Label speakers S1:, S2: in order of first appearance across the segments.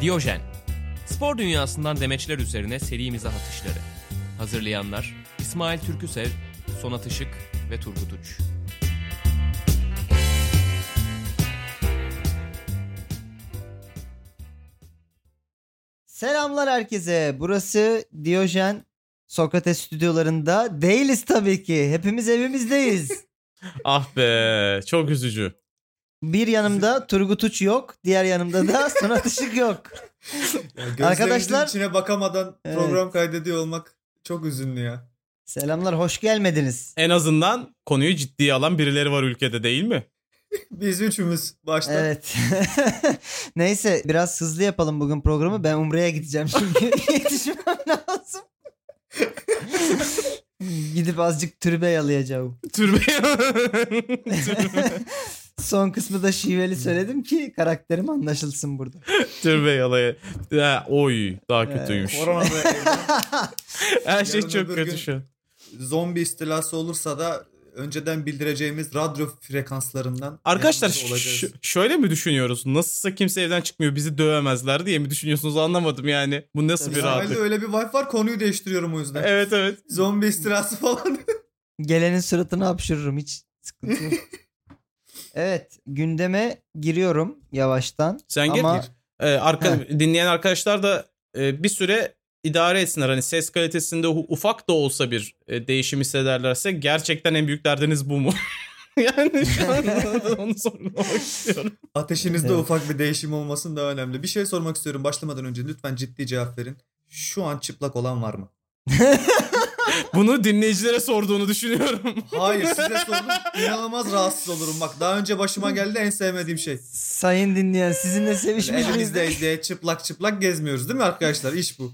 S1: Diyojen. Spor dünyasından demeçler üzerine serimize atışları. Hazırlayanlar İsmail Türküsev, Sonat Işık ve Turgut Uç.
S2: Selamlar herkese. Burası Diyojen Sokrates stüdyolarında değiliz tabii ki. Hepimiz evimizdeyiz.
S3: Ah be çok üzücü.
S2: Bir yanımda Turgut Uç yok. Diğer yanımda da Sonat Işık yok.
S4: Ya gözlerimizin
S2: Arkadaşlar-
S4: içine bakamadan
S2: Evet.
S4: program kaydediyor olmak çok üzünlü ya.
S2: Selamlar hoş gelmediniz.
S3: En azından konuyu ciddiye alan birileri var ülkede değil mi?
S4: Biz üçümüz başta.
S2: Evet. Neyse biraz hızlı yapalım bugün programı. Ben Umre'ye gideceğim çünkü yetişmem lazım. Gidip azıcık türbe yalayacağım.
S3: Türbe. Türbe-
S2: Son kısmı da şiveli söyledim ki karakterim anlaşılsın burada.
S3: Türbe yalayı. Ha, oy daha kötüymüş.
S4: Korona da evde.
S3: Her şey
S4: Ee, Yarın
S3: çok
S4: öbür gün-
S3: kötü şu an.
S4: zombi istilası olursa da önceden bildireceğimiz radyo frekanslarından
S3: Arkadaşlar
S4: yalnız olacağız.
S3: ş- şöyle mi düşünüyoruz? Nasılsa kimse evden çıkmıyor bizi dövemezler diye mi düşünüyorsunuz anlamadım yani. Bu nasıl
S2: Tabii.
S3: bir
S4: İsmail'de
S3: rahatlık?
S4: öyle bir vibe var konuyu değiştiriyorum o yüzden.
S3: Evet evet.
S4: Zombi istilası falan.
S2: Gelenin suratını hapşırırım hiç sıkıntı yok. evet gündeme giriyorum yavaştan.
S3: Sen git.
S2: Ama
S3: Ee, arka, dinleyen arkadaşlar da e, bir süre idare etsinler. Hani ses kalitesinde u- ufak da olsa bir e, değişim hissederlerse gerçekten en büyük derdiniz bu mu? yani şu an onu sormak istiyorum.
S4: Ateşinizde
S2: Evet.
S4: ufak bir değişim olmasın daha önemli. Bir şey sormak istiyorum başlamadan önce lütfen ciddi cevap verin. Şu an çıplak olan var mı?
S3: Bunu dinleyicilere sorduğunu düşünüyorum.
S4: Hayır size sordum inanılmaz rahatsız olurum. Bak daha önce başıma geldi en sevmediğim şey.
S2: sayın dinleyen sizinle sevişmiş miyiz?
S4: Elimizde diye çıplak çıplak gezmiyoruz değil mi arkadaşlar? İş bu.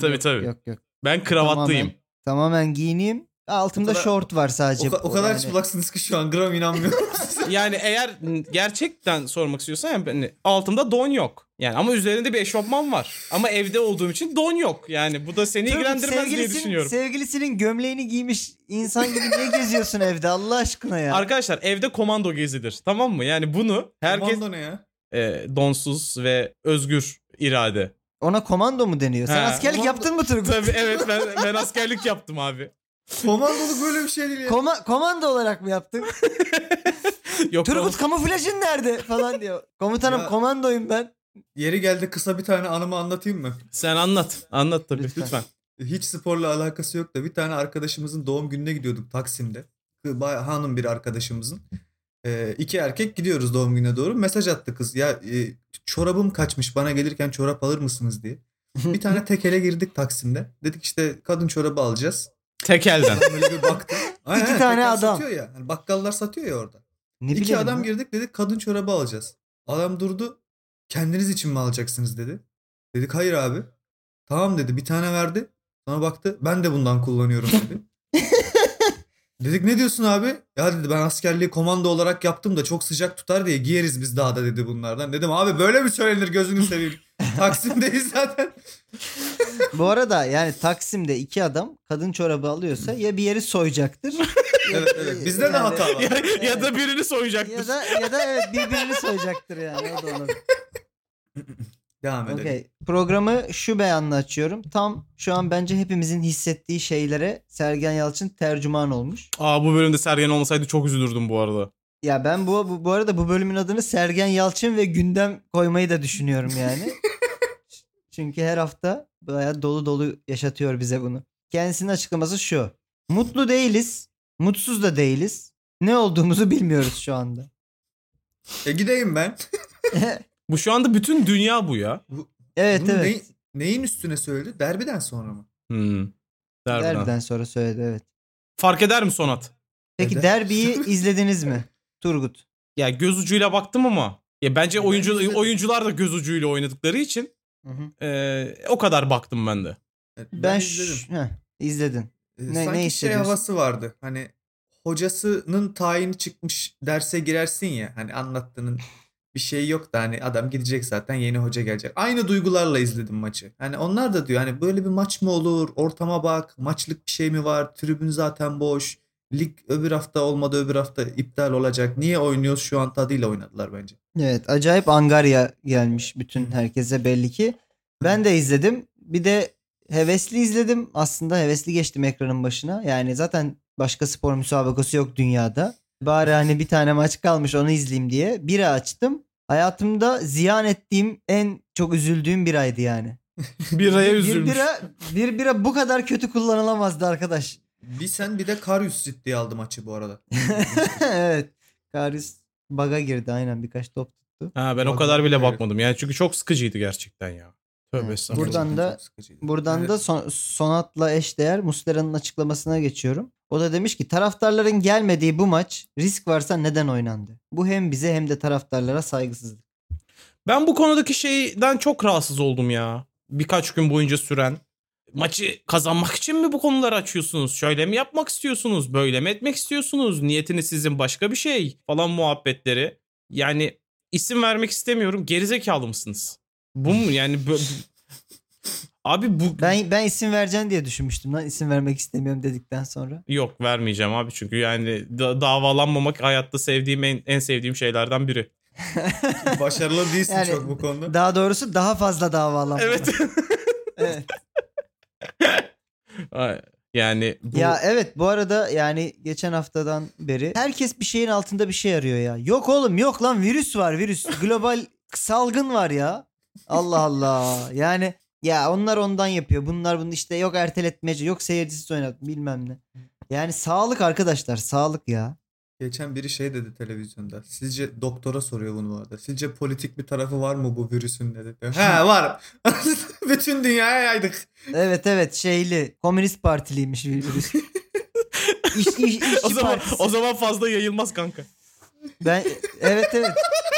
S3: tabii tabii.
S2: Yok yok.
S3: Ben kravatlıyım.
S2: Tamamen, tamamen giyineyim. Altımda
S4: O kadar-
S2: şort var sadece.
S4: O, ka- o kadar çıplaksınız ki şu an gram inanmıyorum.
S3: Yani eğer gerçekten sormak istiyorsan yani ben- altımda don yok. Yani ama üzerinde bir eşofman var. Ama evde olduğum için don yok. Yani bu da seni
S2: Turgut,
S3: ilgilendirmez diye
S2: sevgilisinin-
S3: düşünüyorum.
S2: Sevgilisinin gömleğini giymiş insan gibi niye geziyorsun evde Allah aşkına ya?
S3: Arkadaşlar evde komando gezilir tamam mı? Yani bunu herkes
S4: Komando ne ya?
S3: e, donsuz ve özgür irade.
S2: Ona komando mu deniyor? Sen
S3: Ha,
S2: askerlik
S4: komando-
S2: yaptın mı Turgut?
S3: Tabii evet ben, ben askerlik yaptım abi.
S4: Komandoluk böyle bir şey değil ya.
S2: Koma- komando olarak mı yaptın?
S3: Yok
S2: Turgut kamuflajın nerede falan diyor. Komutanım
S4: Ya-
S2: komandoyum ben.
S4: Yeri geldi kısa bir tane anımı anlatayım mı?
S3: sen anlat. Anlat tabii
S2: Lütfen.
S3: lütfen.
S4: Hiç sporla alakası yok da bir tane arkadaşımızın doğum gününe gidiyorduk Taksim'de. Kı- bay- Hanım bir arkadaşımızın. Ee, iki erkek gidiyoruz doğum gününe doğru. Mesaj attı kız. Ya e, çorabım kaçmış bana gelirken çorap alır mısınız diye. Bir tane tekele girdik Taksim'de. Dedik işte kadın çorabı alacağız.
S3: Tekelden.
S4: Böyle bir baktı. Aynen,
S2: İki tane
S4: tekel
S2: adam.
S4: Satıyor ya. Hani bakkallar satıyor ya orada.
S2: Ne
S4: İki
S2: bileyim
S4: adam
S2: lan.
S4: girdik dedik kadın çorabı alacağız. Adam durdu. Kendiniz için mi alacaksınız dedi. Dedik hayır abi. Tamam dedi bir tane verdi. Sonra baktı ben de bundan kullanıyorum dedi. dedik ne diyorsun abi? Ya dedi ben askerliği komando olarak yaptım da çok sıcak tutar diye giyeriz biz dağda dedi bunlardan. Dedim abi böyle mi söylenir gözünü seveyim. Taksim'deyiz zaten.
S2: Bu arada yani Taksim'de iki adam kadın çorabı alıyorsa ya bir yeri soyacaktır. ya-
S4: Evet evet bizde de
S2: yani-
S4: hata var.
S3: ya, ya da birini soyacaktır.
S2: Ya da ya da evet birbirini soyacaktır yani. O da olur.
S4: Devam edelim.
S2: Okey. Programı şu beyanla açıyorum. Tam şu an bence hepimizin hissettiği şeylere Sergen Yalçın tercüman olmuş.
S3: Aa bu bölümde Sergen olmasaydı çok üzülürdüm bu arada.
S2: Ya ben bu, bu bu arada bu bölümün adını Sergen Yalçın ve gündem koymayı da düşünüyorum yani. Çünkü her hafta bayağı dolu dolu yaşatıyor bize bunu. Kendisinin açıklaması şu. Mutlu değiliz, mutsuz da değiliz. Ne olduğumuzu bilmiyoruz şu anda.
S4: E, gideyim ben.
S3: Bu şu anda bütün dünya bu ya.
S2: Evet
S4: Bunu
S2: evet.
S4: neyin- neyin üstüne söyledi? Derbiden sonra mı?
S3: Hmm. Derbiden.
S2: Derbiden sonra söyledi evet.
S3: Fark eder mi Sonat?
S2: Peki
S4: Eder.
S2: derbiyi izlediniz mi? Turgut.
S3: Ya göz ucuyla baktım ama. Ya bence
S4: Ben
S3: oyuncu
S4: izledim.
S3: oyuncular da göz ucuyla oynadıkları için
S2: Hı hı.
S3: e, o kadar baktım ben de.
S4: Evet,
S2: Ben,
S4: izledim.
S2: şu- Heh, izledin.
S4: Ee,
S2: Ne-
S4: Sanki
S2: ne
S4: şey
S2: hissediyorsun?
S4: havası vardı. Hani hocasının tayini çıkmış derse girersin ya. Hani anlattığının bir şeyi yok da hani adam gidecek zaten yeni hoca gelecek. Aynı duygularla izledim maçı. Hani onlar da diyor hani böyle bir maç mı olur? Ortama bak. Maçlık bir şey mi var? Tribün zaten boş. Lig öbür hafta olmadı öbür hafta iptal olacak. Niye oynuyoruz şu an tadıyla oynadılar bence.
S2: Evet acayip angarya gelmiş bütün herkese belli ki. Ben de izledim. Bir de hevesli izledim. Aslında hevesli geçtim ekranın başına. Yani zaten başka spor müsabakası yok dünyada. Bari hani bir tane maç kalmış onu izleyeyim diye. Bira açtım. Hayatımda ziyan ettiğim en çok üzüldüğüm bir aydı yani.
S3: Biraya
S2: Bir
S3: üzülmüş.
S2: bira, bir bira bu kadar kötü kullanılamazdı arkadaş.
S4: Bir sen bir de Karius ciddiye aldı maçı bu arada.
S2: evet. Karius baga girdi aynen birkaç top tuttu.
S3: Ha ben o kadar bile bakmadım yani çünkü çok sıkıcıydı gerçekten ya. Tövbe
S2: Evet.
S3: estağfurullah.
S2: Buradan
S4: Gerçekten
S2: da-
S4: çok sıkıcıydı.
S2: Buradan
S4: Evet.
S2: da son, Sonat'la eşdeğer Muslera'nın açıklamasına geçiyorum. O da demiş ki taraftarların gelmediği bu maç risk varsa neden oynandı? Bu hem bize hem de taraftarlara saygısızlık.
S3: Ben bu konudaki şeyden çok rahatsız oldum ya. Birkaç gün boyunca süren. Maçı kazanmak için mi bu konuları açıyorsunuz? Şöyle mi yapmak istiyorsunuz? Böyle mi etmek istiyorsunuz? Niyetiniz sizin başka bir şey falan muhabbetleri. Yani isim vermek istemiyorum. Gerizekalı mısınız? Bu mu? Yani bö- bu- Abi bu
S2: Ben ben isim vereceğim diye düşünmüştüm lan isim vermek istemiyorum dedikten sonra.
S3: yok vermeyeceğim abi çünkü yani da- davalanmamak hayatta sevdiğim en, en sevdiğim şeylerden biri.
S4: Başarılı değilsin
S2: Yani-
S4: çok bu konuda.
S2: Daha doğrusu daha fazla davalanma.
S3: Evet.
S2: Evet.
S3: Ay, yani bu
S2: Ya evet bu arada yani geçen haftadan beri herkes bir şeyin altında bir şey arıyor ya. Yok oğlum yok lan virüs var virüs. Global salgın var ya. Allah Allah. Yani ya onlar ondan yapıyor. Bunlar bunu işte yok erteletmece yok seyircisiz oynat bilmem ne. Yani sağlık arkadaşlar sağlık ya.
S4: Geçen biri şey dedi televizyonda. Sizce doktora soruyor bunu bu arada. Sizce politik bir tarafı var mı bu virüsün dedi. He var. Bütün dünyaya yaydık.
S2: Evet evet şeyli komünist partiliymiş virüs. İş, iş, işçi
S3: o zaman
S2: partisi.
S3: o zaman fazla yayılmaz kanka.
S2: Ben e, evet evet.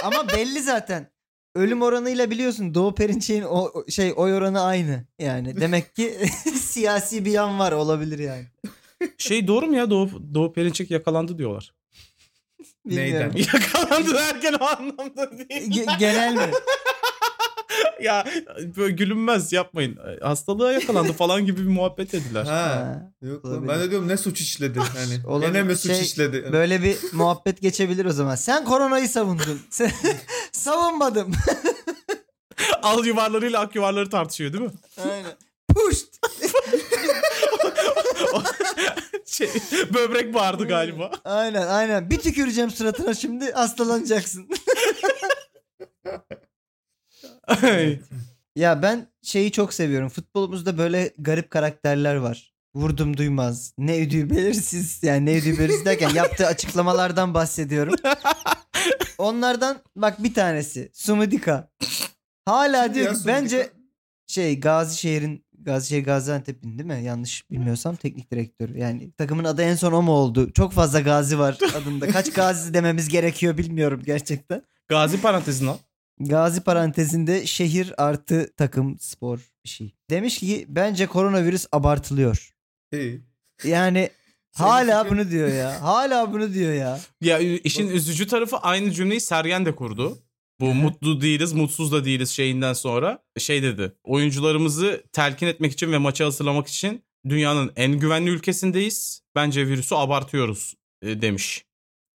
S2: Ama belli zaten. Ölüm oranıyla biliyorsun Doğu Perinçek'in o o- şey oy oranı aynı. Yani demek ki siyasi bir yan var olabilir yani.
S3: Şey doğru mu ya Doğu, Doğu Perinçek yakalandı diyorlar.
S2: Bilmiyorum.
S4: Neyden?
S3: Yakalandı derken o anlamda değil.
S2: Ge- genel mi?
S3: ya böyle gülünmez yapmayın. Hastalığa yakalandı falan gibi bir muhabbet ediler.
S4: Ha.
S2: Ha.
S4: Yok lan.
S2: olabilir.
S4: Ben de diyorum ne suç işledi yani.
S2: Olabilir.
S4: Gene mi suç
S2: Şey,
S4: işledi?
S2: Böyle bir muhabbet geçebilir o zaman. Sen koronayı savundun. Sen- Savunmadım.
S3: Al yuvarlarıyla ak yuvarları tartışıyor değil mi?
S2: Aynen. Puşt.
S3: Şey, böbrek bağırdı galiba.
S2: Aynen aynen. Bir tüküreceğim suratına şimdi hastalanacaksın.
S3: Ay.
S2: Ya ben şeyi çok seviyorum. Futbolumuzda böyle garip karakterler var. Vurdum duymaz. Ne üdüğü belirsiz. Yani ne üdüğü belirsiz derken yaptığı açıklamalardan bahsediyorum. Onlardan bak bir tanesi. Sumudika. Hala
S4: Kim ya
S2: diyor ki
S4: Sumudika?
S2: bence şey Gazişehir'in Gazişehir Gaziantep'in değil mi? Yanlış bilmiyorsam teknik direktörü. Yani takımın adı en son o mu oldu? Çok fazla Gazi var adında. Kaç Gazi dememiz gerekiyor bilmiyorum gerçekten.
S3: Gazi parantezin al.
S2: Gazi parantezinde şehir artı takım spor bir şey. Demiş ki bence koronavirüs abartılıyor.
S4: İyi.
S2: Yani
S4: Senin
S2: hala
S4: fikrin-
S2: bunu diyor ya. Hala bunu diyor ya.
S3: Ya işin üzücü tarafı aynı cümleyi Sergen de kurdu. Bu mutlu değiliz, mutsuz da değiliz şeyinden sonra şey dedi. Oyuncularımızı telkin etmek için ve maça hazırlamak için dünyanın en güvenli ülkesindeyiz. Bence virüsü abartıyoruz e, demiş.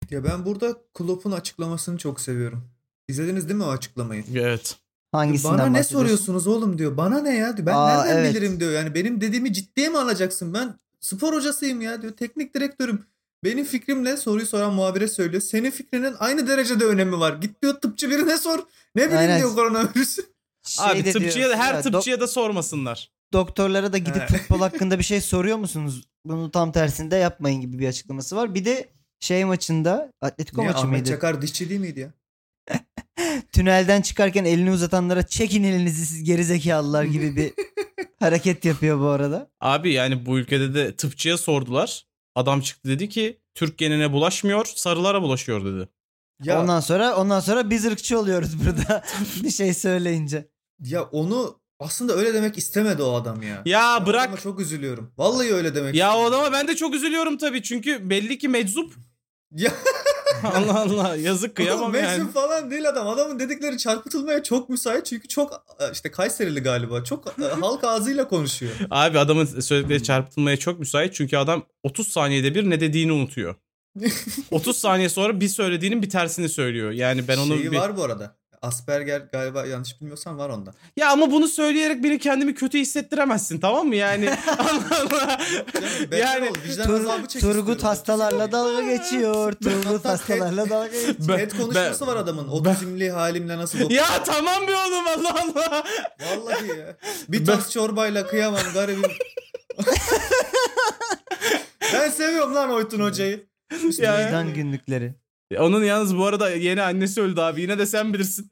S4: Ya ben burada Klopp'un açıklamasını çok seviyorum. İzlediniz değil mi o açıklamayı?
S3: Evet.
S2: Hangisinden
S4: Bana ne
S2: bahsediyorsun?
S4: soruyorsunuz oğlum diyor. Bana ne ya diyor. Ben
S2: Aa,
S4: nereden
S2: evet.
S4: bilirim diyor. Yani benim dediğimi ciddiye mi alacaksın? Ben spor hocasıyım ya diyor. Teknik direktörüm. Benim fikrimle soruyu soran muhabire söylüyor. Senin fikrinin aynı derecede önemi var. Git diyor tıpçı birine sor. Ne bileyim
S2: Aynen.
S4: diyor koronavirüsü.
S2: Şey
S3: Abi
S2: de
S3: tıpçıya
S2: diyor,
S3: da her
S2: ya, dok-
S3: tıpçıya da sormasınlar.
S2: doktorlara da gidip
S4: He.
S2: futbol hakkında bir şey soruyor musunuz? Bunu tam tersinde yapmayın gibi bir açıklaması var. Bir de şey maçında Atletico
S4: Niye
S2: maçı
S4: Ahmet
S2: mıydı?
S4: Çakar dişçi değil miydi ya?
S2: Tünelden çıkarken elini uzatanlara çekin elinizi siz gerizekalılar gibi bir hareket yapıyor bu arada.
S3: Abi yani bu ülkede de tıpçıya sordular. Adam çıktı dedi ki Türk genine bulaşmıyor, sarılara bulaşıyor dedi.
S4: Ya,
S2: Ondan sonra ondan sonra biz ırkçı oluyoruz burada bir şey söyleyince.
S4: ya onu aslında öyle demek istemedi o adam ya.
S3: Ya
S4: Ama
S3: bırak.
S4: çok üzülüyorum. Vallahi öyle demek.
S3: Ya o
S4: istemedi.
S3: adama ben de çok üzülüyorum tabii. Çünkü belli ki meczup.
S4: Ya
S3: Allah Allah yazık kıyamam
S4: Oğlum,
S3: yani.
S4: Mecnun falan değil adam. Adamın dedikleri çarpıtılmaya çok müsait çünkü çok e, işte Kayserili galiba. Çok e, halk ağzıyla konuşuyor.
S3: Abi adamın söyledikleri çarpıtılmaya çok müsait çünkü adam 30 saniyede bir ne dediğini unutuyor. 30 saniye sonra bir söylediğinin bir tersini söylüyor. Yani ben onu
S4: Şeyi
S3: bir-
S4: var bu arada. Asperger galiba yanlış bilmiyorsam var onda.
S3: Ya ama bunu söyleyerek beni kendimi kötü hissettiremezsin tamam mı? Yani Allah Allah.
S4: yani
S3: yani
S4: vicdan
S2: Tur-
S4: azabı çek
S2: Turgut hastalarla dalga geçiyor. Turgut
S4: Hatta-
S2: hastalarla dalga geçiyor.
S3: Ben-
S4: Net konuşması
S3: ben-
S4: var adamın. Otizmli halimle nasıl dokun-
S3: ya tamam be oğlum Allah Allah.
S4: Vallahi ya. Bir tas çorbayla kıyamam garibim. ben seviyorum lan Oytun hocayı. İşte
S3: Ya-
S2: Vicdan günlükleri.
S3: E, Onun yalnız bu arada yeni annesi öldü abi. Yine de sen bilirsin.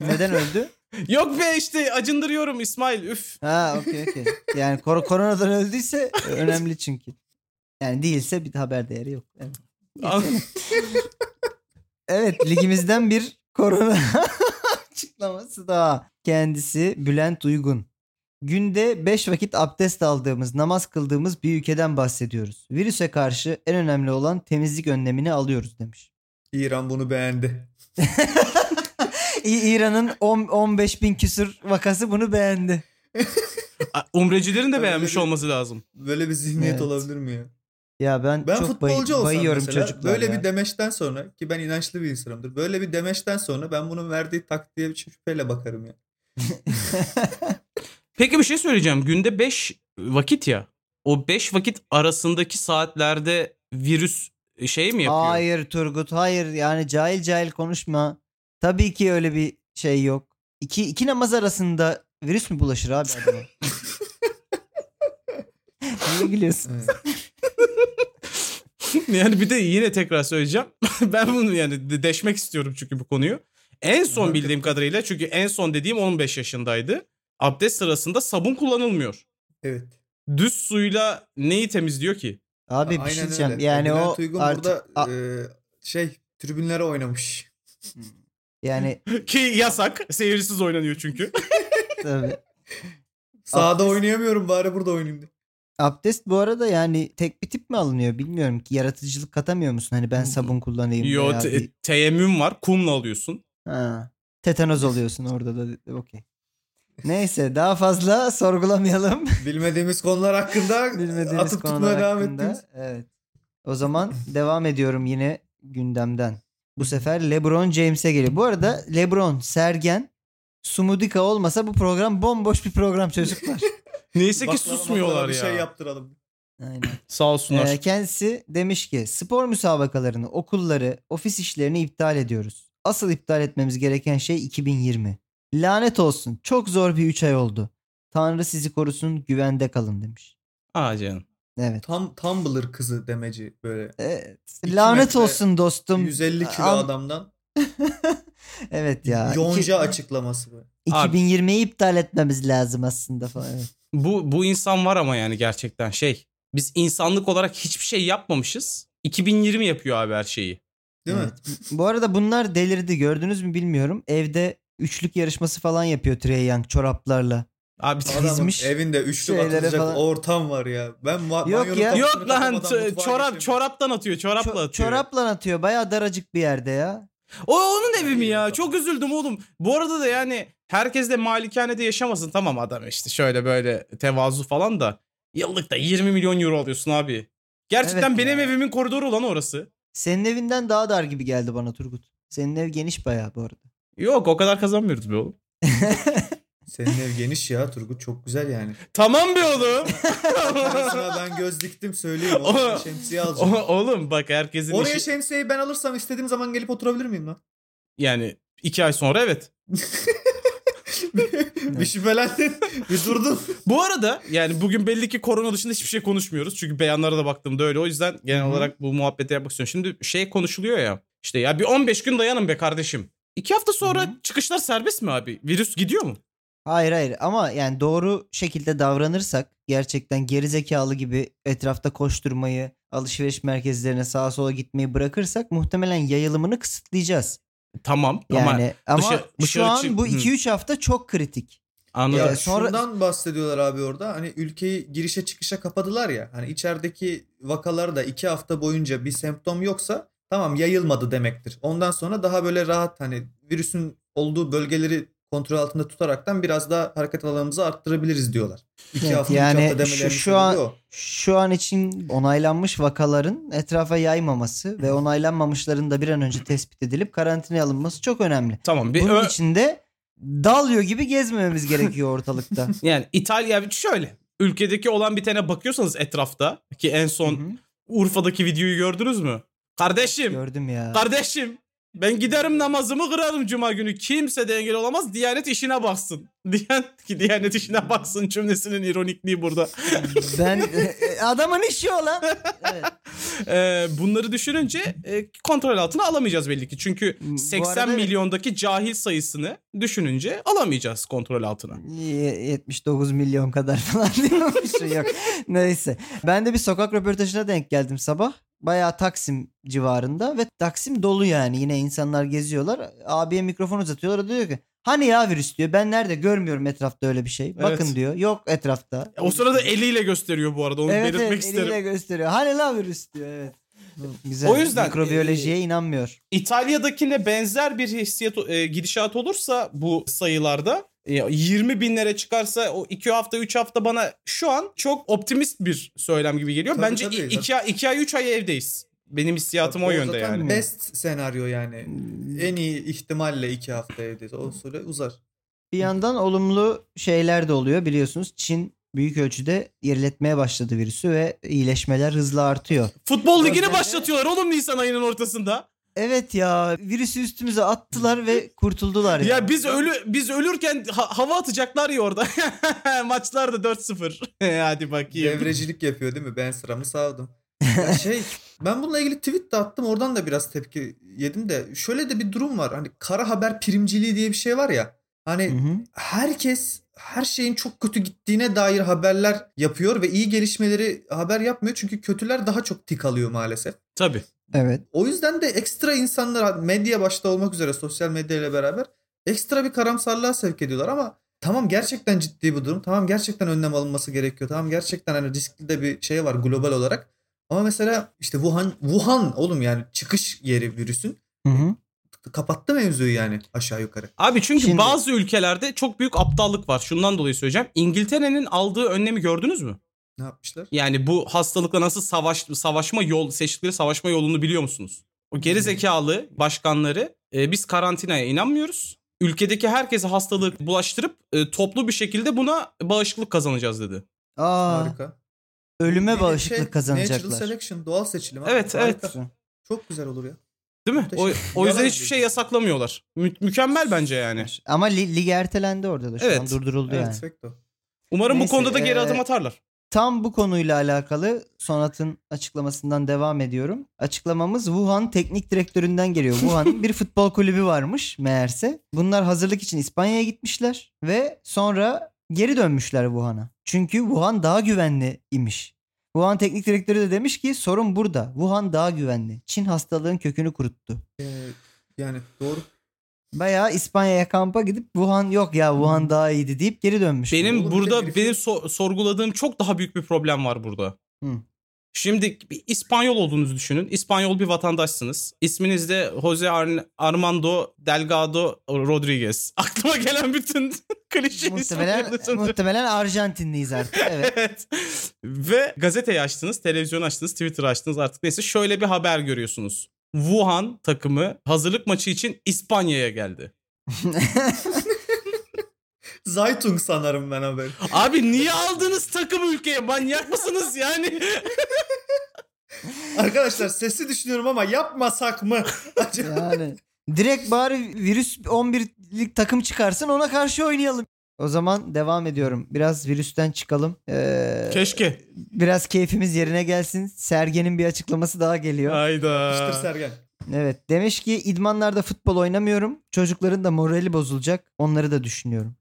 S2: Neden öldü?
S3: Yok be işte acındırıyorum İsmail. Üf.
S2: Ha okey okey. Yani kor- koronadan öldüyse önemli çünkü. Yani değilse bir haber değeri yok. Evet, Evet, ligimizden bir korona açıklaması daha. Kendisi Bülent Uygun. Günde 5 vakit abdest aldığımız, namaz kıldığımız bir ülkeden bahsediyoruz. Virüse karşı en önemli olan temizlik önlemini alıyoruz demiş.
S4: İran bunu beğendi.
S2: İ- İran'ın 10 15 bin küsur vakası bunu beğendi.
S3: Umrecilerin de
S4: Öyle
S3: beğenmiş
S4: bir-
S3: olması lazım.
S4: Böyle bir zihniyet
S2: Evet.
S4: olabilir mi ya?
S2: Ya ben,
S4: Ben
S2: çok bay-
S4: futbolcu olsam
S2: bayıyorum
S4: mesela
S2: çocuklar
S4: böyle
S2: ya.
S4: bir demeçten sonra ki ben inançlı bir insanımdır. Böyle bir demeçten sonra ben bunun verdiği taktiğe bir şüpheyle bakarım ya.
S3: Peki bir şey söyleyeceğim. Günde 5 vakit ya. O 5 vakit arasındaki saatlerde virüs şey mi yapıyor?
S2: Hayır Turgut hayır yani cahil cahil konuşma. Tabii ki öyle bir şey yok. İki, iki namaz arasında virüs mü bulaşır abi adama? Niye gülüyorsun?
S4: Evet.
S3: Yani bir de yine tekrar söyleyeceğim. ben bunu yani de- deşmek istiyorum çünkü bu konuyu. En son
S4: Aha.
S3: bildiğim kadarıyla çünkü en son dediğim 15 yaşındaydı. Abdest sırasında sabun kullanılmıyor.
S4: evet.
S3: Düz suyla neyi temizliyor ki?
S2: Abi bir
S4: Aynen
S2: şey diyeceğim.
S4: öyle.
S2: Yani
S4: Bülent
S2: o
S4: Uygun
S2: artık
S4: burada
S2: a-
S4: e, şey tribünlere oynamış.
S2: yani
S3: Ki yasak. Seyirsiz oynanıyor çünkü.
S2: tabii.
S4: Sahada oynayamıyorum bari burada oynayayım diye.
S2: Abdest bu arada yani tek bir tip mi alınıyor bilmiyorum ki yaratıcılık katamıyor musun? Hani ben sabun kullanayım.
S3: Yo
S2: veya
S3: te-
S2: bir-
S3: teyemmüm var. Kumla alıyorsun.
S2: Ha. Tetanoz oluyorsun orada da. Okey. Neyse daha fazla sorgulamayalım.
S4: Bilmediğimiz konular hakkında
S2: Bilmediğimiz
S4: atıp
S2: konular
S4: tutmaya devam
S2: hakkında.
S4: ettiğimiz.
S2: Evet. O zaman devam ediyorum yine gündemden. Bu sefer LeBron James'e geliyor. Bu arada LeBron, Sergen, Sumudika olmasa bu program bomboş bir program çocuklar.
S3: Neyse ki
S4: Baklava
S3: susmuyorlar
S4: baklava
S3: ya.
S4: Bir şey yaptıralım.
S2: Aynen.
S3: Sağ olsunlar.
S2: Ee, kendisi demiş ki spor müsabakalarını, okulları, ofis işlerini iptal ediyoruz. Asıl iptal etmemiz gereken şey 2020. Lanet olsun. Çok zor bir 3 ay oldu. Tanrı sizi korusun, güvende kalın demiş.
S3: Aa canım.
S2: Evet.
S4: Tam Tumblr kızı demeci böyle.
S2: Evet.
S4: İki
S2: Lanet
S4: metre,
S2: olsun dostum.
S4: 150 kilo
S2: Am-
S4: adamdan
S2: Evet ya.
S4: yonca
S2: İki-
S4: açıklaması böyle.
S3: Abi.
S2: 2020'yi iptal etmemiz lazım aslında falan. Evet.
S3: Bu, bu insan var ama yani gerçekten şey. Biz insanlık olarak hiçbir şey yapmamışız. 2020 yapıyor abi her şeyi.
S4: Değil mi?
S2: Evet. Bu arada bunlar delirdi gördünüz mü bilmiyorum. Evde üçlük yarışması falan yapıyor Trey Young çoraplarla.
S3: Abi
S4: Adamın
S2: Dizmiş
S4: evinde üçlü
S2: şeylere
S4: atılacak
S2: falan.
S4: ortam var ya. Ben va-
S2: Yok
S4: banyonun
S2: ya.
S4: kapısını
S3: Yok lan
S4: kapamadan
S3: ç-
S4: mutfağa
S3: çorap
S4: geçemiyorum.
S3: çoraptan atıyor çorapla
S2: Ço-
S3: atıyor.
S2: Çorapla atıyor. Bayağı daracık bir yerde ya.
S3: O onun evi mi ya?
S4: Eyvah.
S3: Çok üzüldüm oğlum. Bu arada da yani herkes de malikanede yaşamasın tamam adam işte şöyle böyle tevazu falan da yıllık da 20 milyon euro alıyorsun abi. Gerçekten
S2: Evet
S3: benim
S2: ya.
S3: evimin koridoru olan orası.
S2: Senin evinden daha dar gibi geldi bana Turgut. Senin ev geniş bayağı bu arada.
S3: Yok o kadar kazanmıyoruz be oğlum.
S4: Senin ev geniş ya Turgut çok güzel yani.
S3: Tamam be oğlum.
S4: Parasına ben göz diktim söyleyeyim. Orada şemsiye alacağım.
S3: O- oğlum bak herkesin
S4: Oraya şey-
S3: işi-
S4: şemsiyeyi ben alırsam istediğim zaman gelip oturabilir miyim lan?
S3: yani iki ay sonra evet.
S4: bir şüphelendin. Bir durdun.
S3: Bu arada yani bugün belli ki korona dışında hiçbir şey konuşmuyoruz. Çünkü beyanlara da baktığımda öyle. O yüzden genel
S2: Hı hı.
S3: olarak bu muhabbeti yapmak istiyorum. Şimdi şey konuşuluyor ya. İşte ya bir 15 gün dayanın be kardeşim. İki hafta sonra
S2: Hı hı.
S3: çıkışlar serbest mi abi? Virüs gidiyor mu?
S2: Hayır hayır ama yani doğru şekilde davranırsak gerçekten gerizekalı gibi etrafta koşturmayı, alışveriş merkezlerine sağa sola gitmeyi bırakırsak muhtemelen yayılımını kısıtlayacağız.
S3: Tamam ama
S2: Yani ama,
S3: dışarı- dışarı
S2: şu an
S3: çık-
S2: bu
S3: Hı.
S2: 2-3 hafta çok kritik.
S3: anladım.
S4: Ya
S2: Evet, sonra-
S4: şundan bahsediyorlar abi orada. Hani ülkeyi girişe çıkışa kapadılar ya. Hani içerideki vakalar da iki hafta boyunca bir semptom yoksa Tamam yayılmadı demektir. Ondan sonra daha böyle rahat hani virüsün olduğu bölgeleri kontrol altında tutaraktan biraz daha hareket alanımızı arttırabiliriz diyorlar. İki
S2: Evet,
S4: hafta,
S2: yani
S4: üç hafta
S2: şu-
S4: demelerinin
S2: şu
S4: sebebi
S2: an-
S4: o.
S2: Şu an için onaylanmış vakaların etrafa yaymaması ve onaylanmamışların da bir an önce tespit edilip karantinaya alınması çok önemli.
S3: Tamam. Bir,
S2: Bunun
S3: ö-
S2: için de dalıyor gibi gezmememiz gerekiyor ortalıkta.
S3: Yani İtalya şöyle. Ülkedeki olan bitene bakıyorsanız etrafta ki en son
S2: Hı hı.
S3: Urfa'daki videoyu gördünüz mü? Kardeşim,
S2: Gördüm ya.
S3: kardeşim ben giderim namazımı kırarım cuma günü. Kimse de engel olamaz. Diyanet işine baksın. Diyanet ki Diyanet işine baksın cümlesinin ironikliği burada.
S2: Ben adamın işi o lan. Evet.
S3: Ee, bunları düşününce e, kontrol altına alamayacağız belli ki. Çünkü
S2: Bu
S3: 80
S2: arada-
S3: milyondaki cahil sayısını düşününce alamayacağız kontrol altına.
S2: Y- 79 milyon kadar falan diyormuşsun yok. Neyse. Ben de bir sokak röportajına denk geldim sabah. Bayağı Taksim civarında ve Taksim dolu yani. Yine insanlar geziyorlar. Abiye mikrofon uzatıyorlar. O diyor ki hani ya virüs diyor. Ben nerede görmüyorum etrafta öyle bir şey. Bakın
S3: Evet.
S2: diyor. Yok etrafta.
S3: E, O sırada eliyle gösteriyor bu arada onu
S2: evet,
S3: belirtmek
S2: evet,
S3: isterim.
S2: eliyle gösteriyor. Hani la virüs diyor. Evet. Güzel.
S3: O yüzden- e,
S2: mikrobiyolojiye inanmıyor.
S3: İtalya'dakine benzer bir hissiyat e, gidişat olursa bu sayılarda e, 20 binlere çıkarsa o 2 hafta 3 hafta bana şu an çok optimist bir söylem gibi geliyor.
S4: Tabii,
S3: Bence
S4: tabii.
S3: 2 ay 2 ay 3 ay evdeyiz. Benim hissiyatım o
S4: Bak,
S3: yönde
S4: zaten
S3: yani.
S4: Best senaryo yani.
S3: e,
S4: En iyi ihtimalle iki hafta evdeyiz. O süre uzar.
S2: Bir yandan olumlu şeyler de oluyor biliyorsunuz. Çin büyük ölçüde yerletmeye başladı virüsü ve iyileşmeler hızla artıyor.
S3: Futbol ligini
S2: Gözlerde-
S3: başlatıyorlar oğlum Nisan ayının ortasında.
S2: Evet ya virüsü üstümüze attılar ve kurtuldular ya.
S3: Ya biz ölü biz ölürken ha- hava atacaklar ya orada. Maçlar da 4-0. Hadi bakayım.
S4: Devrecilik yapıyor değil mi? Ben sıramı savdım. Ya şey ben bununla ilgili tweet de attım. Oradan da biraz tepki yedim de. Şöyle de bir durum var. Hani kara haber primciliği diye bir şey var ya. Hani
S2: Hı hı.
S4: herkes her şeyin çok kötü gittiğine dair haberler yapıyor ve iyi gelişmeleri haber yapmıyor. Çünkü kötüler daha çok tik alıyor maalesef.
S3: Tabii.
S2: Evet.
S4: O yüzden de ekstra insanlar medya başta olmak üzere sosyal medya ile beraber ekstra bir karamsarlığa sevk ediyorlar ama tamam gerçekten ciddi bu durum. Tamam gerçekten önlem alınması gerekiyor. Tamam gerçekten hani riskli de bir şey var global olarak. Ama mesela işte Wuhan Wuhan oğlum yani çıkış yeri virüsün
S2: Hı hı.
S4: kapattı mevzuyu yani aşağı yukarı.
S3: Abi çünkü
S2: Şimdi-
S3: bazı ülkelerde çok büyük aptallık var. Şundan dolayı söyleyeceğim. İngiltere'nin aldığı önlemi gördünüz mü?
S4: Ne yapmışlar?
S3: Yani bu hastalıkla nasıl savaş savaşma yol seçtikleri savaşma yolunu biliyor musunuz? O geri zekalı başkanları e, biz karantinaya inanmıyoruz. Ülkedeki herkese hastalığı bulaştırıp e, toplu bir şekilde buna bağışıklık kazanacağız dedi.
S2: Aa,
S4: Harika.
S2: ölüme
S4: Yine
S2: bağışıklık
S4: şey, Natural
S2: kazanacaklar.
S4: selection doğal seçilim. abi.
S3: Evet, evet.
S4: Harika. Çok güzel olur ya.
S3: Değil mi? O, o yüzden
S4: Yalan
S3: hiçbir şey
S4: diyorsun.
S3: yasaklamıyorlar. Mü- mükemmel bence yani.
S2: Ama li- lig ertelendi orada da şu an
S3: Evet.
S2: durduruldu
S4: Evet.
S2: yani.
S4: Perfecto.
S3: Umarım
S2: Neyse,
S3: bu konuda da geri
S2: e,
S3: adım atarlar.
S2: Tam bu konuyla alakalı Sonat'ın açıklamasından devam ediyorum. Açıklamamız Wuhan teknik direktöründen geliyor. Wuhan'ın bir futbol kulübü varmış meğerse. Bunlar hazırlık için İspanya'ya gitmişler ve sonra geri dönmüşler Wuhan'a. Çünkü Wuhan daha güvenli imiş. Wuhan teknik direktörü de demiş ki sorun burada. Wuhan daha güvenli. Çin hastalığın kökünü kuruttu.
S4: Ee, yani doğru.
S2: Bayağı İspanya'ya kampa gidip Wuhan yok ya Wuhan daha iyiydi deyip geri dönmüş.
S3: Benim
S4: Oğlum bir de
S3: burada
S4: herifin-
S3: benim so- sorguladığım çok daha büyük bir problem var burada.
S2: Hı.
S3: Şimdi bir İspanyol olduğunuzu düşünün. İspanyol bir vatandaşsınız. İsminiz de Jose Ar- Armando Delgado Rodriguez. Aklıma gelen bütün klişe Şey
S2: muhtemelen,
S3: isimler.
S2: muhtemelen Arjantinliyiz artık. Evet.
S3: Evet. Ve gazeteyi açtınız, televizyonu açtınız, Twitter'ı açtınız artık neyse şöyle bir haber görüyorsunuz. Wuhan takımı hazırlık maçı için İspanya'ya geldi.
S4: Zaytung sanırım ben haber.
S3: Abi niye aldınız takım ülkeye? Manyak mısınız yani?
S4: Arkadaşlar sesi düşünüyorum ama yapmasak mı? Acaba-
S2: Yani direkt bari virüs 11'lik takım çıkarsın ona karşı oynayalım. O zaman devam ediyorum. Biraz virüsten çıkalım. Ee,
S3: Keşke.
S2: biraz keyfimiz yerine gelsin. Sergen'in bir açıklaması daha geliyor.
S4: Yapıştır
S3: Hayda.
S4: Sergen.
S2: Evet demiş ki idmanlarda futbol oynamıyorum. Çocukların da morali bozulacak. Onları da düşünüyorum.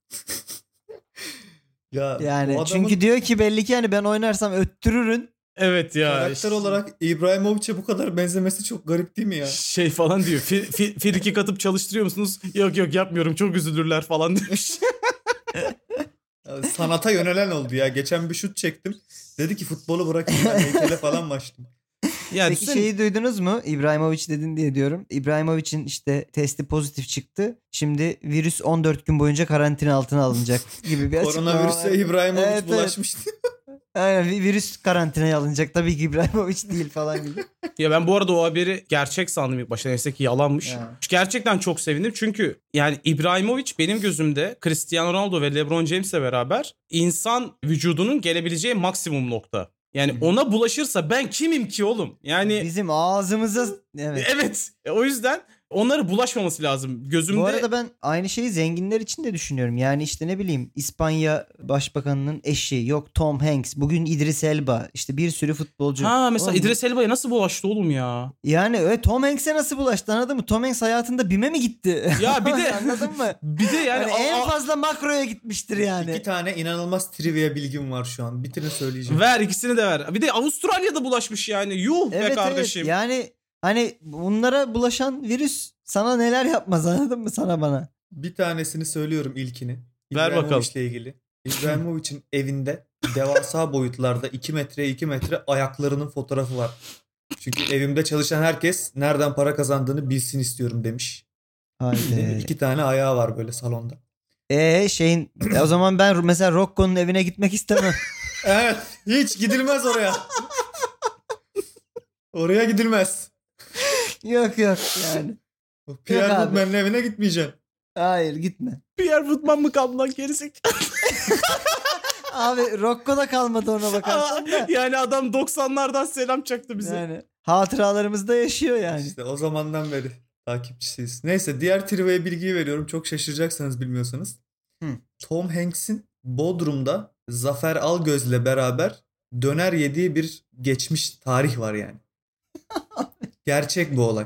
S4: Ya,
S2: Yani
S4: bu adamın
S2: çünkü diyor ki belli ki hani ben oynarsam öttürürün.
S3: Evet ya.
S4: karakter olarak İbrahimovic'e bu kadar benzemesi çok garip değil mi ya?
S3: şey falan diyor. Fi, fi, firiki katıp çalıştırıyor musunuz? Yok yok yapmıyorum. Çok üzülürler falan demiş.
S4: Ya Sanata yönelen oldu ya. Geçen bir şut çektim. Dedi ki futbolu bırakın ben heykele falan başladım.
S3: Ya
S2: Peki şey-
S3: sen-
S2: şeyi duydunuz mu? İbrahimovic dedin diye diyorum. İbrahimovic'in işte testi pozitif çıktı. Şimdi virüs 14 gün boyunca karantina altına alınacak gibi bir açıklama var.
S4: Koronavirüse İbrahimovic
S2: Evet, evet.
S4: bulaşmıştı.
S2: Aynen vi- virüs karantinaya alınacak. Tabii ki İbrahimovic değil falan gibi.
S3: Ya ben bu arada o haberi gerçek sandım ilk başta. Neyse ki yalanmış.
S2: Ya.
S3: Gerçekten çok sevindim. Çünkü yani İbrahimovic benim gözümde Cristiano Ronaldo ve LeBron James'le beraber insan vücudunun gelebileceği maksimum nokta. Yani ona bulaşırsa ben kimim ki oğlum? Yani
S2: Bizim ağzımıza... Evet.
S3: evet. E, O yüzden onlara bulaşmaması lazım. Gözümde
S2: Bu arada ben aynı şeyi zenginler için de düşünüyorum. Yani işte ne bileyim İspanya Başbakanının eşi yok Tom Hanks bugün İdris Elba işte bir sürü futbolcu.
S3: Ha mesela
S2: Oğlum,
S3: İdris Elba'ya nasıl bulaştı oğlum ya?
S2: Yani öyle Tom Hanks'e nasıl bulaştı anladın mı? Tom Hanks hayatında BİM'e mi gitti?
S3: Ya bir de-
S2: anladın mı?
S3: Bir de yani,
S2: Yani, Hani en
S3: a- a-
S2: fazla makroya gitmiştir
S4: İki
S2: yani.
S4: tane inanılmaz trivia bilgim var şu an. Bitirin söyleyeceğim.
S3: ver ikisini de ver. Bir de Avustralya'da bulaşmış yani. Yuh be
S2: Evet
S3: kardeşim.
S2: evet yani hani bunlara bulaşan virüs sana neler yapmaz anladın mı sana bana?
S4: Bir tanesini söylüyorum ilkini.
S3: Ver bakalım.
S4: İbrahimovic'le ilgili. İbrahimovic'in evinde devasa boyutlarda 2 metre 2 metre ayaklarının fotoğrafı var. Çünkü evimde çalışan herkes nereden para kazandığını bilsin istiyorum demiş. Değil mi?
S2: Haydi.
S4: İki tane ayağı var böyle salonda.
S2: Ee şeyin o zaman ben mesela Rocco'nun evine gitmek istemem.
S4: Evet. Hiç gidilmez oraya. oraya gidilmez.
S2: yok yok yani.
S4: O Pierre
S2: abi.
S4: Goodman'ın evine gitmeyeceksin.
S2: Hayır gitme.
S3: Pierre Woodman mı kaldı lan gerizekalı?
S2: Abi Rocco da kalmadı ona bakarsan da.
S3: yani adam 90'lardan selam çaktı bize.
S2: Yani hatıralarımızda yaşıyor yani.
S4: İşte o zamandan beri takipçisiyiz. Neyse diğer trivia bilgiyi veriyorum. Çok şaşıracaksınız bilmiyorsanız.
S2: Hı.
S4: Tom Hanks'in Bodrum'da Zafer Algöz'le beraber döner yediği bir geçmiş tarih var yani. Gerçek bu olay.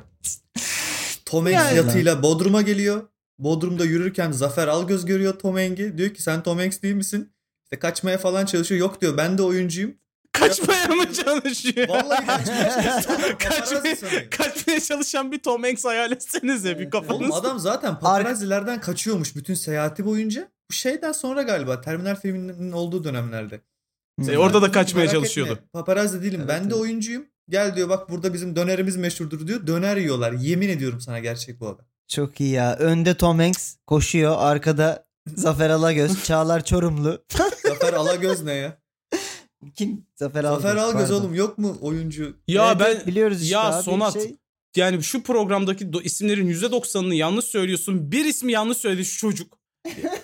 S4: Tom Hanks
S2: Yani.
S4: yatıyla Bodrum'a geliyor. Bodrum'da yürürken Zafer Algöz görüyor Tom Hanks'i. Diyor ki sen Tom Hanks değil misin? İşte kaçmaya falan çalışıyor. Yok diyor ben de oyuncuyum.
S3: Kaçmaya mı çalışıyor?
S4: Vallahi kaçmaya çalışıyor. Paparazzi sanıyor.
S3: Kaçmaya, kaçmaya çalışan bir Tom Hanks hayal etsenize bir
S2: Evet,
S4: Oğlum
S3: kafanız.
S4: adam zaten paparazzilerden kaçıyormuş bütün seyahati boyunca. Bu şeyden sonra galiba Terminal filminin olduğu dönemlerde.
S2: Hmm.
S3: E, orada da kaçmaya
S4: Merak
S3: çalışıyordu.
S4: etme, paparazzi değilim
S2: Evet,
S4: ben de
S2: evet.
S4: oyuncuyum. Gel diyor bak burada bizim dönerimiz meşhurdur diyor. Döner yiyorlar. Yemin ediyorum sana gerçek bu haber.
S2: Çok iyi ya. Önde Tom Hanks koşuyor. Arkada Zafer Alagöz. Çağlar Çorumlu.
S4: Zafer Alagöz ne ya?
S2: Kim? Zafer Alagöz.
S4: Zafer Alagöz
S2: pardon.
S4: oğlum yok mu oyuncu?
S3: Ya
S2: Evet,
S3: ben
S2: evet, biliyoruz işte
S3: ya
S2: abi,
S3: Sonat.
S2: şey-
S3: yani şu programdaki do- isimlerin %90'ını yanlış söylüyorsun. Bir ismi yanlış söyledi şu çocuk.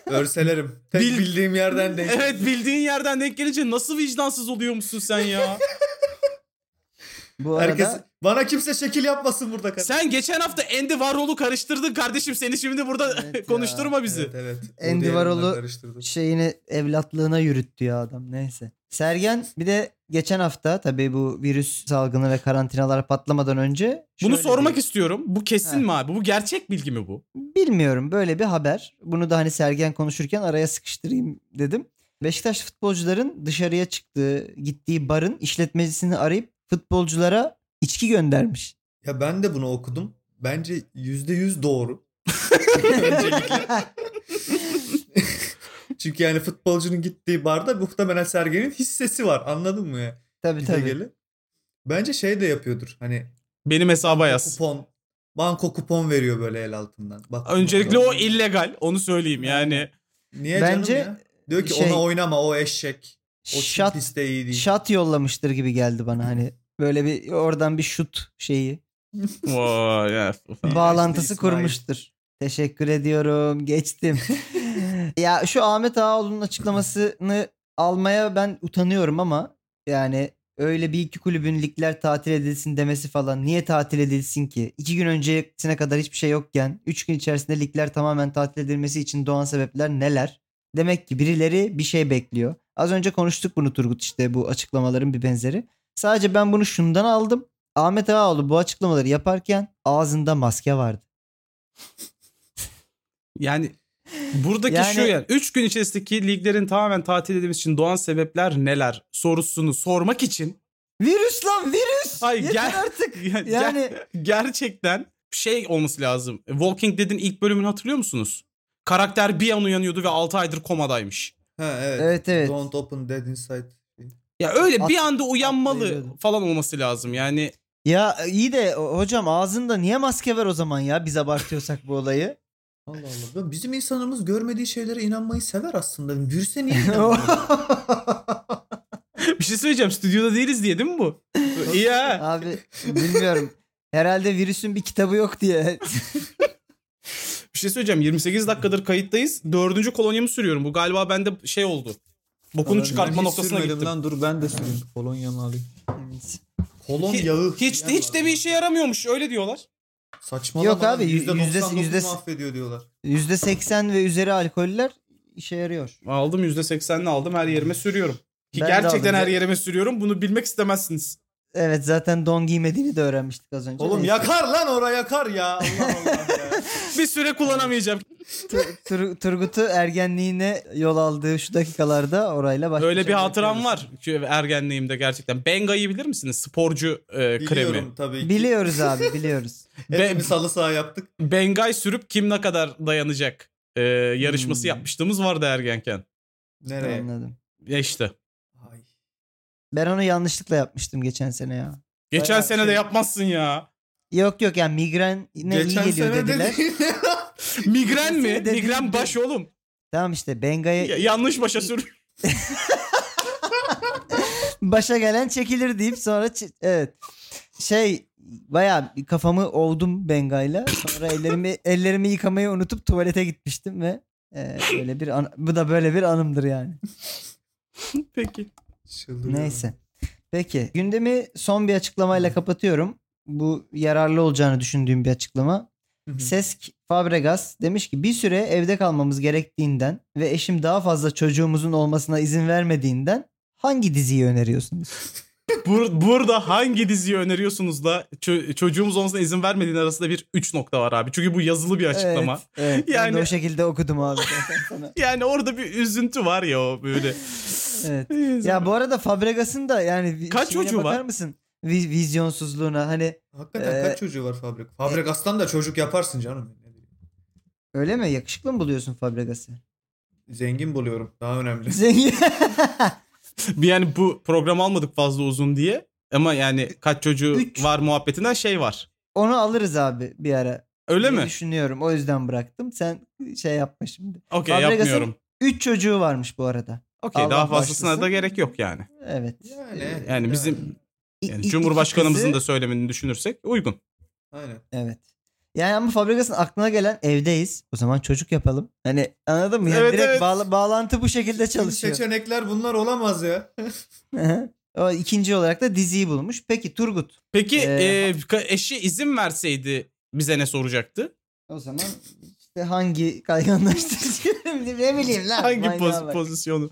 S4: Örselerim. Tek
S3: Bil-
S4: bildiğim yerden denk.
S3: Evet bildiğin yerden denk gelince nasıl vicdansız oluyor musun sen ya?
S2: bu arada
S4: Herkes bana kimse şekil yapmasın burada kardeşim.
S3: sen geçen hafta Andy Warhol'u karıştırdın kardeşim. Seni şimdi burada
S2: Evet ya,
S3: konuşturma bizi.
S4: Evet evet. O
S2: Andy
S4: diğerinden
S2: Warhol'u-
S4: karıştırdım.
S2: şeyini evlatlığına yürüttü ya adam. Neyse. Sergen bir de geçen hafta tabii bu virüs salgını ve karantinalar patlamadan önce
S3: Bunu
S2: şöyle
S3: sormak
S2: bir-
S3: istiyorum. Bu kesin
S2: Ha.
S3: mi abi? Bu gerçek bilgi mi bu?
S2: Bilmiyorum böyle bir haber. Bunu da hani Sergen konuşurken araya sıkıştırayım dedim. Beşiktaş futbolcuların dışarıya çıktığı, gittiği barın işletmecisini arayıp futbolculara içki göndermiş.
S4: Ya ben de bunu okudum. Bence yüzde yüz doğru. Öncelikle. Çünkü yani futbolcunun gittiği barda muhtemelen Sergen'in hissesi var. Anladın mı ya?
S2: Tabii
S4: Gide
S2: tabii.
S4: gele. Bence şey de yapıyordur. Hani
S3: Benim hesaba yaz.
S4: kupon. Banko kupon veriyor böyle el altından. Bak,
S3: Öncelikle o
S4: kupon.
S3: illegal. Onu söyleyeyim yani.
S4: Niye
S2: Bence
S4: canım ya? Diyor ki
S2: şey-
S4: ona oynama o eşek. O şat,
S2: Şat,
S4: piste iyi şey değil.
S2: şat yollamıştır gibi geldi bana hani. Böyle bir oradan bir şut şeyi,
S3: Vay ya.
S2: bağlantısı
S4: İsmail.
S2: kurmuştur. Teşekkür ediyorum. Geçtim. ya şu Ahmet Ağaoğlu'nun açıklamasını almaya ben utanıyorum ama yani öyle bir iki kulübün ligler tatil edilsin demesi falan niye tatil edilsin ki? İki gün öncesine kadar hiçbir şey yokken üç gün içerisinde ligler tamamen tatil edilmesi için doğan sebepler neler? Demek ki birileri bir şey bekliyor. Az önce konuştuk bunu Turgut işte bu açıklamaların bir benzeri. Sadece ben bunu şundan aldım. Ahmet Ağaoğlu bu açıklamaları yaparken ağzında maske vardı.
S3: Yani buradaki
S2: Yani-
S3: şu yani 3 gün içerisindeki liglerin tamamen tatil edilmesi için doğan sebepler neler sorusunu sormak için
S2: Virüs lan virüs.
S3: Ay,
S2: Yeter
S3: gel-
S2: artık.
S3: yani
S2: Yani
S3: gerçekten şey olması lazım. Walking Dead'in ilk bölümünü hatırlıyor musunuz? Karakter bir an uyanıyordu ve 6 aydır komadaymış.
S4: Ha, evet.
S2: Evet, evet.
S4: Don't open dead inside.
S3: Ya öyle
S2: At-
S3: bir anda uyanmalı
S2: atlayabiliyordu.
S3: falan olması lazım. Yani
S2: Ya iyi de o- hocam ağzında niye maske var o zaman ya biz abartıyorsak bu olayı?
S4: Allah Allah. Ya Bizim insanımız görmediği şeylere inanmayı sever aslında. Virüse niye inanmıyor?
S3: bir şey söyleyeceğim. Stüdyoda değiliz diye değil mi bu? İyi ha.
S2: Abi bilmiyorum. Herhalde virüsün bir kitabı yok diye.
S3: Bir şey söyleyeceğim. 28 dakikadır kayıttayız. Dördüncü kolonyamı sürüyorum. Bu galiba bende şey oldu. Bokunu
S4: Ben
S3: çıkartma
S4: hiç
S3: noktasına
S4: sürmedim
S3: gittim.
S4: Lan dur ben de süreyim. Kolonyamı alayım. Kolon
S3: Ki-
S4: yağı.
S3: Hiç de, hiç de bir işe yaramıyormuş. Öyle diyorlar.
S4: Saçmalama.
S2: Yok abi,
S4: lan,
S2: yüzde-
S4: %99
S2: yüzde-
S4: mahvediyor diyorlar.
S2: %80 ve üzeri alkoller işe yarıyor.
S3: Aldım %80'ini aldım. Her yerime sürüyorum.
S2: Ben
S3: Ki
S2: de
S3: gerçekten
S2: aldım.
S3: her yerime sürüyorum. Bunu bilmek istemezsiniz.
S2: Evet zaten don giymediğini de öğrenmiştik az önce.
S4: Oğlum
S2: Neyse.
S4: yakar lan oraya yakar ya. Allah Allah ya.
S3: Bir süre kullanamayacağım.
S2: Tur- Tur- Turgut'u ergenliğine yol aldığı şu dakikalarda orayla başlayacak.
S3: Öyle bir hatıram var. Ki Ergenliğimde gerçekten. Benga'yı bilir misiniz? Sporcu e, kremi.
S4: Biliyorum tabii ki.
S2: Biliyoruz abi biliyoruz.
S3: Be-
S4: Hepimiz halı saha yaptık.
S3: Bengay sürüp kim ne kadar dayanacak e, yarışması
S2: Hmm.
S3: yapmışlığımız vardı ergenken.
S4: Nereye?
S2: Anladım.
S3: Ya işte.
S4: Ay.
S2: Ben onu yanlışlıkla yapmıştım geçen sene ya.
S3: Geçen
S4: Bayağı
S3: sene
S4: şey-
S3: de yapmazsın ya.
S2: Yok yok yani migren ne iyi
S4: Geçen
S2: geliyor
S4: sene
S2: dediler.
S4: dedi.
S3: Migren
S2: Geçen
S3: mi?
S2: sene dediğim
S3: Migren
S2: gibi. E,
S3: baş oğlum.
S2: Tamam işte Benga'ya
S3: Ya- yanlış başa sür.
S2: başa gelen çekilir deyip sonra çe- evet. Şey bayağı bir kafamı ovdum Benga'yla. Sonra ellerimi ellerimi yıkamayı unutup tuvalete gitmiştim ve e, böyle bir an- bu da böyle bir anımdır yani.
S3: Peki.
S4: Çıldırıyorum.
S2: Neyse. Peki gündemi son bir açıklamayla kapatıyorum. Bu yararlı olacağını düşündüğüm bir açıklama.
S4: Hı hı.
S2: Sesk Fabregas demiş ki bir süre evde kalmamız gerektiğinden ve eşim daha fazla çocuğumuzun olmasına izin vermediğinden hangi diziyi öneriyorsunuz?
S3: Bur- burada hangi diziyi öneriyorsunuz da çö- çocuğumuz olmasına izin vermediğin arasında bir 3 nokta var abi. Çünkü bu yazılı bir açıklama.
S2: Evet, evet. Ben de
S3: Yani-
S2: o şekilde okudum abi. zaten sana.
S3: Yani orada bir üzüntü var ya o böyle.
S2: evet. Ya bu arada Fabregas'ın da yani vi-
S3: Kaç
S2: şeyine
S3: çocuğu
S2: bakar
S3: var?
S2: mısın? Vi- vizyonsuzluğuna hani
S4: Hakikaten
S2: Ee,
S4: kaç çocuğu var Fabrik? Fabregas'tan da çocuk yaparsın canım.
S2: öyle mi? Yakışıklı mı buluyorsun Fabregas'ı?
S4: Zengin buluyorum. Daha önemli.
S2: Zengin.
S3: Bir yani bu program almadık fazla uzun diye. Ama yani kaç çocuğu
S2: Üç.
S3: var muhabbetinden şey var.
S2: Onu alırız abi bir ara.
S3: Öyle
S2: diye
S3: mi?
S2: Düşünüyorum. O yüzden bıraktım. Sen şey yapma şimdi.
S3: Okey
S2: Fabregas'ın-
S3: yapmıyorum.
S2: 3 çocuğu varmış bu arada.
S3: Okey
S2: Allah
S3: daha fazlasına
S2: bağışlasın.
S3: da gerek yok yani.
S2: Evet.
S4: Yani.
S3: Yani bizim
S2: İ-
S3: yani
S2: iki
S3: Cumhurbaşkanımızın
S2: kızı-
S3: da söylemini düşünürsek uygun.
S4: Aynen.
S2: Evet. Yani ama Fabregas'ın aklına gelen evdeyiz. O zaman çocuk yapalım. Hani anladın mı? Yani
S3: Evet,
S2: direkt
S3: evet.
S2: bağla- bağlantı bu şekilde
S4: Tüm
S2: çalışıyor.
S4: Seçenekler bunlar olamaz ya.
S2: o ikinci olarak da diziyi bulmuş. Peki Turgut.
S3: Peki
S2: Ee,
S3: e, ka- eşi izin verseydi bize ne soracaktı?
S2: O zaman işte hangi kayganlaştırıcı ne bileyim lan.
S3: Hangi
S2: manyağa
S3: poz-
S2: bak.
S3: pozisyonu?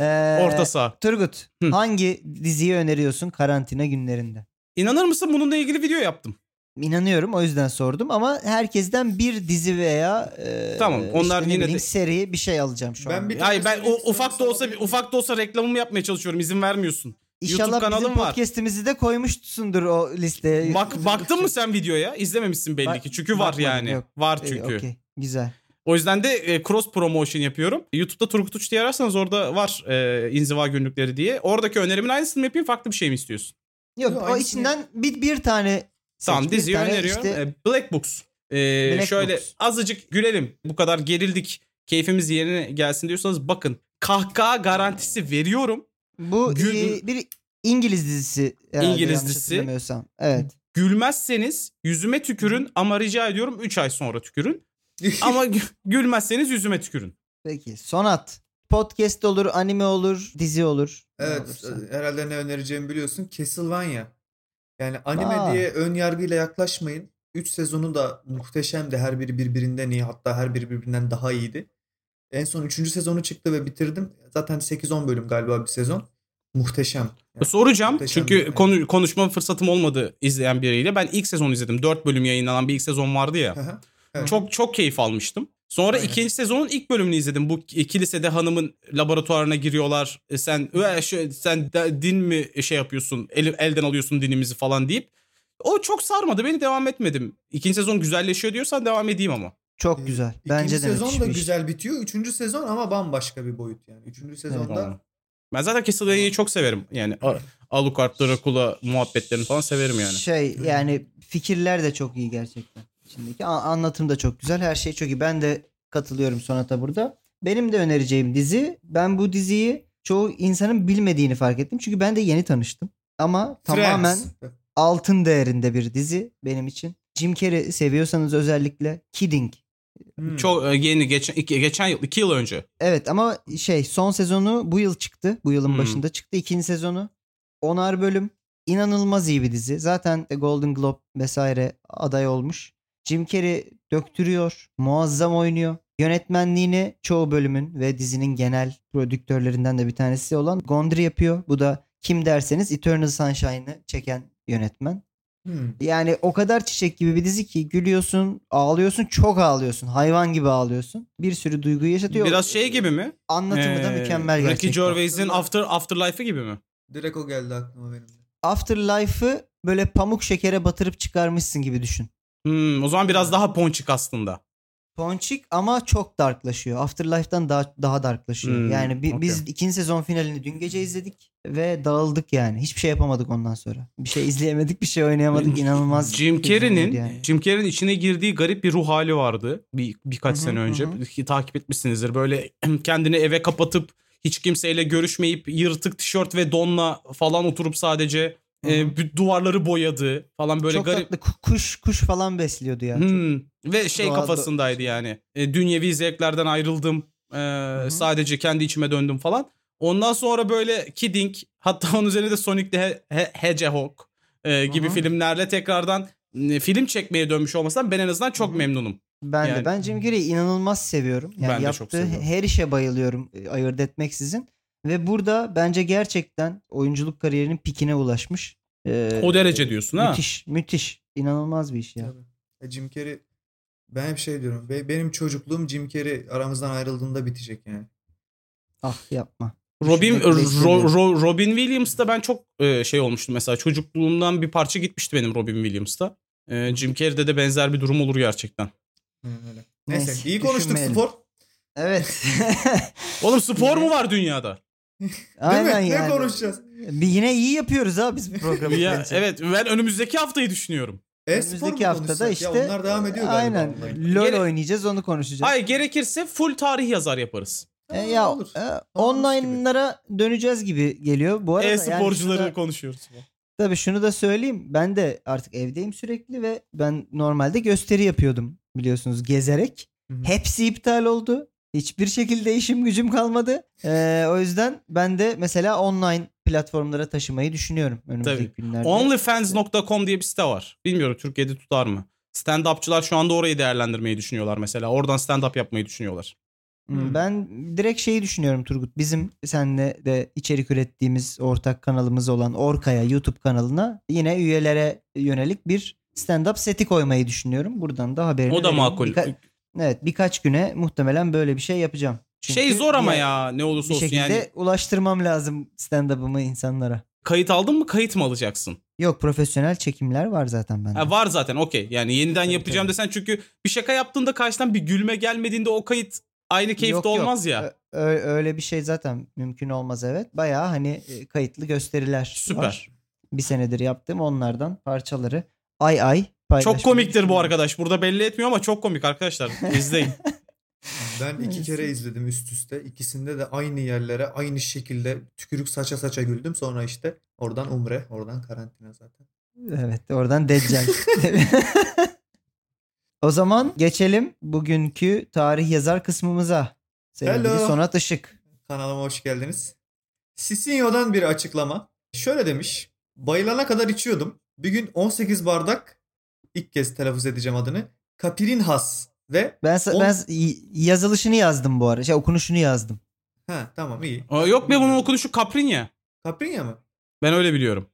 S2: Ee,
S3: Orta saha.
S2: Turgut
S3: Hı.
S2: hangi diziyi öneriyorsun karantina günlerinde?
S3: İnanır mısın bununla ilgili video yaptım.
S2: İnanıyorum o yüzden sordum ama herkesten bir dizi veya e,
S3: Tamam, onlar
S2: işte ne
S3: yine de-
S2: bileyim seri bir şey alacağım şu
S4: Ben
S2: an.
S4: bir-
S3: Hayır ben o,
S4: tanesini
S3: ufak da olsa
S4: sana-
S3: ufak da olsa reklamımı yapmaya çalışıyorum. izin vermiyorsun.
S2: İnşallah
S3: YouTube
S2: bizim
S3: kanalım var.
S2: podcast'imizi de koymuşsundur o listeye.
S3: Bak baktın mı sen videoya? İzlememişsin belli
S2: Ee, Bak-
S3: ki. Çünkü var
S2: bakmadım,
S3: yani.
S2: yok.
S3: Var
S2: Ee,
S3: çünkü.
S2: okey, güzel.
S3: O yüzden de e, cross promotion yapıyorum. YouTube'da Turgut Uç diye ararsanız orada var e, inziva günlükleri diye. Oradaki önerimin aynısını mı yapayım farklı bir şey mi istiyorsun?
S2: Yok
S4: Yok,
S2: o
S4: aynısını-
S2: içinden bir bir tane
S3: tamam
S2: seç, bir
S3: diziyi
S2: tane
S3: öneriyorum.
S2: işte-
S3: E, Black Books. E,
S2: Black
S3: şöyle
S2: Books.
S3: azıcık gülelim. Bu kadar gerildik. Keyfimiz yerine gelsin diyorsanız bakın. Kahkaha garantisi veriyorum.
S2: bu
S3: Gül-
S2: e, bir İngiliz dizisi. herhalde,
S3: İngiliz
S2: yanlış
S3: dizisi.
S2: hatırlamıyorsam. Evet.
S3: Gülmezseniz yüzüme tükürün ama rica ediyorum 3 ay sonra tükürün. Ama gü- gülmezseniz yüzüme tükürün.
S2: Peki sonat. Podcast olur, anime olur, dizi olur. Ne
S4: evet e,
S2: olursa.
S4: herhalde ne önereceğimi biliyorsun. Castlevania. Yani anime
S2: Aa.
S4: diye ön yargıyla yaklaşmayın. 3 sezonu da muhteşemdi. Her biri birbirinden iyi. Hatta her biri birbirinden daha iyiydi. En son 3. sezonu çıktı ve bitirdim. Zaten 8-10 bölüm galiba bir sezon. Muhteşem. Yani
S3: Soracağım
S4: muhteşem
S3: çünkü
S4: bir-
S3: konu, konuşma fırsatım olmadı izleyen biriyle. Ben ilk sezonu izledim. 4 bölüm yayınlanan bir ilk sezon vardı ya.
S4: Hı hı. Evet.
S3: Çok çok keyif almıştım. Sonra
S4: Aynen.
S3: ikinci sezonun ilk bölümünü izledim. Bu kilisede hanımın laboratuvarına giriyorlar. E, Sen "Üe, şu- sen de- din mi şey yapıyorsun? el- elden alıyorsun dinimizi falan deyip o çok sarmadı. Beni devam etmedim. İkinci sezon güzelleşiyor diyorsan devam edeyim ama.
S2: Çok güzel.
S4: İkinci
S2: Bence de
S4: e, sezon
S2: müthiş
S4: da
S2: bir iş.
S4: güzel bitiyor. Üçüncü sezon ama bambaşka bir boyut yani. Üçüncü sezonda
S3: Tamam. Ben zaten Castlevania'yı çok severim. Yani A- Alucard, Dracula muhabbetlerini falan severim yani.
S2: Şey yani fikirler de çok iyi gerçekten. Şimdiki a- anlatım da çok güzel. Her şey çok iyi. Ben de katılıyorum Sonata burada. Benim de önereceğim dizi. Ben bu diziyi çoğu insanın bilmediğini fark ettim. Çünkü ben de yeni tanıştım. Ama tamamen
S4: Friends.
S2: altın değerinde bir dizi benim için. Jim Carrey seviyorsanız özellikle Kidding.
S4: Hmm.
S3: Çok e, yeni geçen iki, geçen yıl 2 yıl önce.
S2: Evet ama şey son sezonu bu yıl çıktı. Bu yılın
S3: Hmm.
S2: başında çıktı. ikinci sezonu. Onar bölüm. İnanılmaz iyi bir dizi. Zaten de Golden Globe vesaire aday olmuş. Jim Carrey döktürüyor. Muazzam oynuyor. Yönetmenliğini çoğu bölümün ve dizinin genel prodüktörlerinden de bir tanesi olan Gondry yapıyor. Bu da kim derseniz Eternal Sunshine'ı çeken yönetmen.
S4: Hmm.
S2: Yani o kadar çiçek gibi bir dizi ki gülüyorsun, ağlıyorsun, çok ağlıyorsun. Hayvan gibi ağlıyorsun. Bir sürü duyguyu yaşatıyor.
S3: Biraz şey gibi mi?
S2: Anlatımı da
S3: Ee,
S2: mükemmel gerçekten.
S3: Ricky Gervais'in After Afterlife'ı gibi mi?
S4: Direkt o geldi aklıma benim. de.
S2: Afterlife'ı böyle pamuk şekere batırıp çıkarmışsın gibi düşün.
S3: Hmm, o zaman biraz daha ponçik aslında.
S2: Ponçik ama çok darklaşıyor. Afterlife'dan daha daha darklaşıyor.
S3: Hmm,
S2: yani bi-
S3: okey.
S2: biz ikinci sezon finalini dün gece izledik ve dağıldık yani. Hiçbir şey yapamadık ondan sonra. Bir şey izleyemedik, bir şey oynayamadık. İnanılmaz.
S3: Jim
S2: bir diziydi
S3: Carrey'nin
S2: yani.
S3: Jim Carrey'in içine girdiği garip bir ruh hali vardı. Bir birkaç
S2: Hı hı,
S3: sene önce
S2: hı
S3: Ki takip etmişsinizdir. Böyle kendini eve kapatıp hiç kimseyle görüşmeyip yırtık tişört ve donla falan oturup sadece
S2: Hı hı.
S3: e, bü- duvarları boyadı falan böyle
S2: çok
S3: garip.
S2: tatlı ku- kuş kuş falan besliyordu ya. Çok-
S3: Hmm. Ve şey
S2: Doğada-
S3: kafasındaydı yani. E, dünyevi zevklerden ayrıldım. E, sadece kendi içime döndüm falan. Ondan sonra böyle Kidding hatta onun üzerine de Sonic the He- He- Hedgehog e, gibi
S2: Hı hı.
S3: filmlerle tekrardan e, film çekmeye dönmüş olmasam ben en azından çok
S2: Hı hı.
S3: memnunum.
S2: Ben de
S3: Yani-
S2: ben Jim Carrey'i inanılmaz seviyorum. Yani
S3: Ben de çok
S2: yaptığı
S3: seviyorum.
S2: her işe bayılıyorum e, ayırt etmeksizin. Ve burada bence gerçekten oyunculuk kariyerinin pikine ulaşmış. Ee,
S3: O derece diyorsun ha.
S2: Müthiş, şey. müthiş. İnanılmaz bir iş ya.
S4: Tabii. E, Jim Carrey ben hep şey diyorum. be- Benim çocukluğum Jim Carrey aramızdan ayrıldığında bitecek yani.
S2: Ah yapma.
S3: Robin
S2: Düşünmek bile
S3: Ro-
S2: istemiyorum.
S3: Ro- Robin Williams'ta ben çok e, şey olmuştum mesela çocukluğumdan bir parça gitmişti benim Robin Williams'ta. E, Jim Carrey'de de benzer bir durum olur gerçekten.
S4: Hı, öyle. Neyse,
S2: Neyse,
S4: iyi konuştuk
S2: düşünmeyelim.
S4: spor.
S2: Evet.
S3: Oğlum spor mu var dünyada?
S2: Aynen
S4: Ne
S2: yani.
S4: konuşacağız? E,
S2: Bir yine iyi yapıyoruz ha biz bu programı.
S3: Ya,
S2: bence.
S3: evet ben önümüzdeki haftayı düşünüyorum.
S4: E-spor mu
S2: Önümüzdeki haftada
S4: konuşsak?
S2: işte.
S4: Ya onlar devam ediyor galiba.
S2: Aynen.
S4: online.
S2: LOL
S3: Gene-
S2: oynayacağız onu konuşacağız.
S3: Hayır gerekirse full tarih yazar yaparız.
S2: E,
S4: Tamam,
S2: ya
S4: olur.
S2: e,
S4: mis
S2: online'lara döneceğiz gibi geliyor. Bu arada yani
S3: E-sporcuları
S2: şurada-
S3: konuşuyoruz.
S2: Tabii şunu da söyleyeyim. Ben de artık evdeyim sürekli ve ben normalde gösteri yapıyordum biliyorsunuz gezerek.
S4: Hı hı.
S2: Hepsi iptal oldu. Hiçbir şekilde işim gücüm kalmadı. Ee, o yüzden ben de mesela online platformlara taşımayı düşünüyorum önümüzdeki günlerde.
S3: Onlyfans.com diye bir site var. Bilmiyorum Türkiye'de tutar mı? Stand-upçılar şu anda orayı değerlendirmeyi düşünüyorlar mesela. Oradan stand-up yapmayı düşünüyorlar.
S2: Hmm, Ben direkt şeyi düşünüyorum Turgut. Bizim seninle de içerik ürettiğimiz ortak kanalımız olan Orkaya YouTube kanalına yine üyelere yönelik bir stand-up seti koymayı düşünüyorum. Buradan da haberini
S3: O da
S2: vereyim.
S3: makul.
S2: Birka- Evet birkaç güne muhtemelen böyle bir şey yapacağım. Çünkü
S3: şey zor ama
S2: bir-
S3: ya ne olursa
S2: Bir
S3: olsun
S2: şekilde
S3: yani.
S2: ulaştırmam lazım stand-up'ımı insanlara.
S3: Kayıt aldın mı kayıt mı alacaksın?
S2: Yok profesyonel çekimler var zaten bende.
S3: Ha, var zaten okey. Yani yeniden
S2: Tabii,
S3: yapacağım
S2: tabii.
S3: desen çünkü bir şaka yaptığında karşıdan bir gülme gelmediğinde o kayıt aynı keyifte
S2: Yok, yok.
S3: olmaz ya.
S2: Ö- ö- öyle bir şey zaten mümkün olmaz evet. Bayağı hani e, kayıtlı gösteriler
S3: Süper.
S2: var. Bir senedir yaptığım onlardan parçaları ay ay paylaşmayı
S3: Çok komiktir bu
S2: düşünüyorum.
S3: arkadaş. Burada belli etmiyor ama çok komik arkadaşlar. İzleyin.
S4: Ben iki
S2: Neyse.
S4: kere izledim üst üste. İkisinde de aynı yerlere aynı şekilde tükürük saça saça güldüm. Sonra işte oradan umre, oradan karantina zaten.
S2: Evet oradan Deccal. o zaman geçelim bugünkü tarih yazar kısmımıza. Sevgili
S4: Hello.
S2: Sonat Işık.
S4: Kanalıma hoş geldiniz. Sisinyo'dan bir açıklama. Şöyle demiş. Bayılana kadar içiyordum. Bir gün 18 bardak ilk kez telaffuz edeceğim adını. Kapirinhas ve
S2: Ben, sa-
S4: On-
S2: ben y- yazılışını yazdım bu arada. Şey, okunuşunu yazdım.
S4: ha tamam iyi.
S3: Aa, Yok be bunun okunuşu Caprinya.
S4: Kaprinya mı?
S3: Ben öyle biliyorum.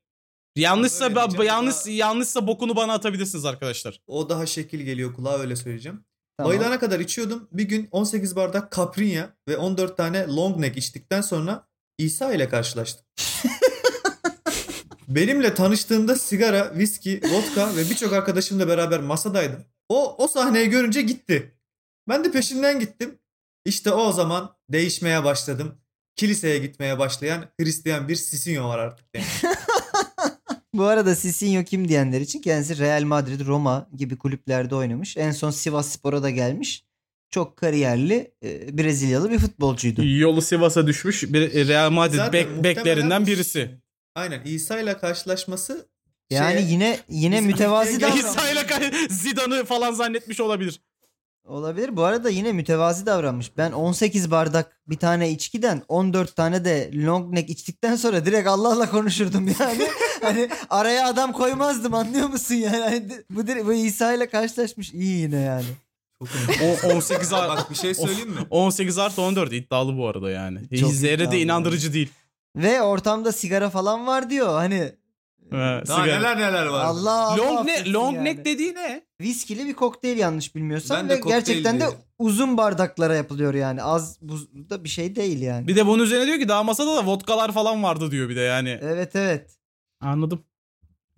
S3: Yanlışsa
S4: Öyle şey
S3: ba-
S4: diyeceğim,
S3: yanlış
S4: daha-
S3: yanlışsa bokunu bana atabilirsiniz arkadaşlar.
S4: O daha şekil geliyor kulağa öyle söyleyeceğim.
S2: Tamam.
S4: Bayılana kadar içiyordum. Bir gün 18 bardak Caprinya ve 14 tane long neck içtikten sonra İsa ile karşılaştım. Benimle tanıştığında sigara, viski, vodka ve birçok arkadaşımla beraber masadaydım. O o sahneyi görünce gitti. Ben de peşinden gittim. İşte o zaman değişmeye başladım. kiliseye gitmeye başlayan Hristiyan bir Sisinho var artık demiş.
S2: Bu arada Sisinho kim diyenler için kendisi Real Madrid, Roma gibi kulüplerde oynamış. En son Sivas Spor'a da gelmiş. Çok kariyerli e, Brezilyalı bir futbolcuydu.
S3: Yolu Sivas'a düşmüş bir e, Real Madrid
S4: Zaten
S3: bek,
S4: muhtemelen-
S3: beklerinden birisi.
S4: Aynen İsa ile karşılaşması
S2: Yani
S4: şeye-
S2: yine yine
S4: Şey, Biz-
S2: mütevazi
S4: Biz-
S2: davranmış.
S4: Biz-
S3: İsa'yla kay- Zidane'ı falan zannetmiş olabilir.
S2: Olabilir. Bu arada yine mütevazi davranmış. Ben 18 bardak bir tane içkiden 14 tane de long neck içtikten sonra direkt Allah'la konuşurdum yani. hani araya adam koymazdım anlıyor musun yani? Hani di- bu, dire- bu İsa ile karşılaşmış. İyi yine yani.
S4: çok
S3: O 18 ar-
S4: Bak bir şey söyleyeyim mi?
S3: 18 artı 14 iddialı bu arada yani.
S2: Çok
S3: Zerre
S2: iddialı.
S3: de inandırıcı değil.
S2: Ve ortamda sigara falan var diyor. Hani
S3: Ha,
S4: Daha
S3: sigara.
S4: neler neler var.
S2: Allah Allah
S3: Long ne
S2: affetsin
S3: long
S2: yani.
S3: neck dediği ne?
S2: Viskili bir kokteyl yanlış bilmiyorsam
S4: Ben
S2: ve
S4: de kokteyl
S2: gerçekten de
S4: diyorum.
S2: uzun bardaklara yapılıyor yani. Az bu da bir şey değil yani.
S3: Bir de bunun üzerine diyor ki daha masada da vodkalar falan vardı diyor bir de yani.
S2: Evet evet.
S3: Anladım.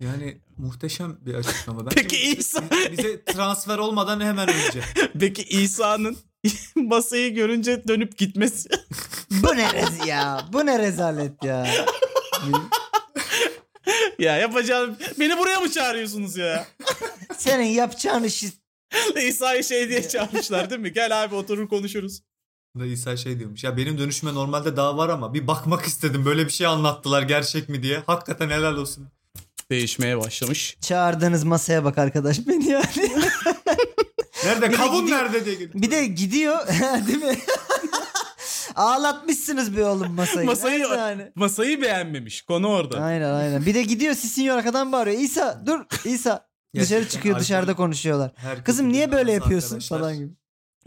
S4: Yani muhteşem bir açıklama. Bence
S3: Peki
S4: bize-
S3: İsa-
S4: Bize transfer olmadan hemen önce.
S3: Peki İsa'nın masayı görünce dönüp gitmesi.
S2: Bu ne rez ya? Bu ne rezalet ya?
S3: ya yapacağım. Beni buraya mı çağırıyorsunuz ya?
S2: Senin yapacağın işi
S3: İsa'yı şey diye çağırmışlar değil mi? Gel abi oturur konuşuruz.
S4: Da İsa şey diyormuş. Ya benim dönüşüme normalde daha var ama bir bakmak istedim. Böyle bir şey anlattılar gerçek mi diye. Hakikaten helal olsun.
S3: Değişmeye başlamış.
S2: çağırdığınız masaya bak arkadaş beni yani.
S4: Nerede?
S2: de
S4: Kavun
S2: gidiyor-
S4: nerede diye geliyor.
S2: Bir de gidiyor değil mi? Ağlatmışsınız bir oğlum masayı.
S3: Masayı-
S2: Neyse yani.
S3: Masayı beğenmemiş. Konu orada.
S2: Aynen aynen. Bir de gidiyor Sisinyor arkadan bağırıyor. İsa dur İsa. Dışarı
S4: Gerçekten
S2: çıkıyor
S4: alkol-
S2: dışarıda konuşuyorlar.
S4: Herkes
S2: Kızım niye
S4: birbirine
S2: böyle
S4: arası
S2: yapıyorsun
S4: arkadaşlar.
S2: falan gibi.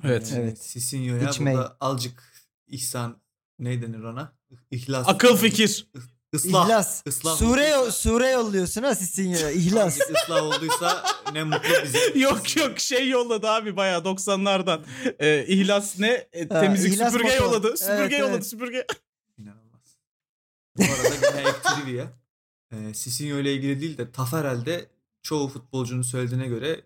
S3: Evet.
S4: Yani
S2: Evet.
S4: Sisinho'ya
S2: İçmeyin.
S4: burada azıcık ihsan ne denir ona? İhlas.
S3: Akıl fikir.
S4: Islah.
S2: İhlas.
S4: Islah.
S2: Sure, sure yolluyorsun ha Sisinyor'a. İhlas.
S4: Azıcık ıslah olduysa ne mutlu bize.
S3: Yok yok şey yolladı abi bayağı 90'lardan. Ee, ihlas ne? E, temizlik
S2: İhlas
S3: süpürge
S2: motor.
S3: yolladı. Süpürge
S2: Evet,
S3: yolladı
S2: evet.
S3: süpürge.
S4: İnanılmaz. Bu arada gene ek trivia. Ee, Sisinho ile ilgili değil de Tafarel'de çoğu futbolcunun söylediğine göre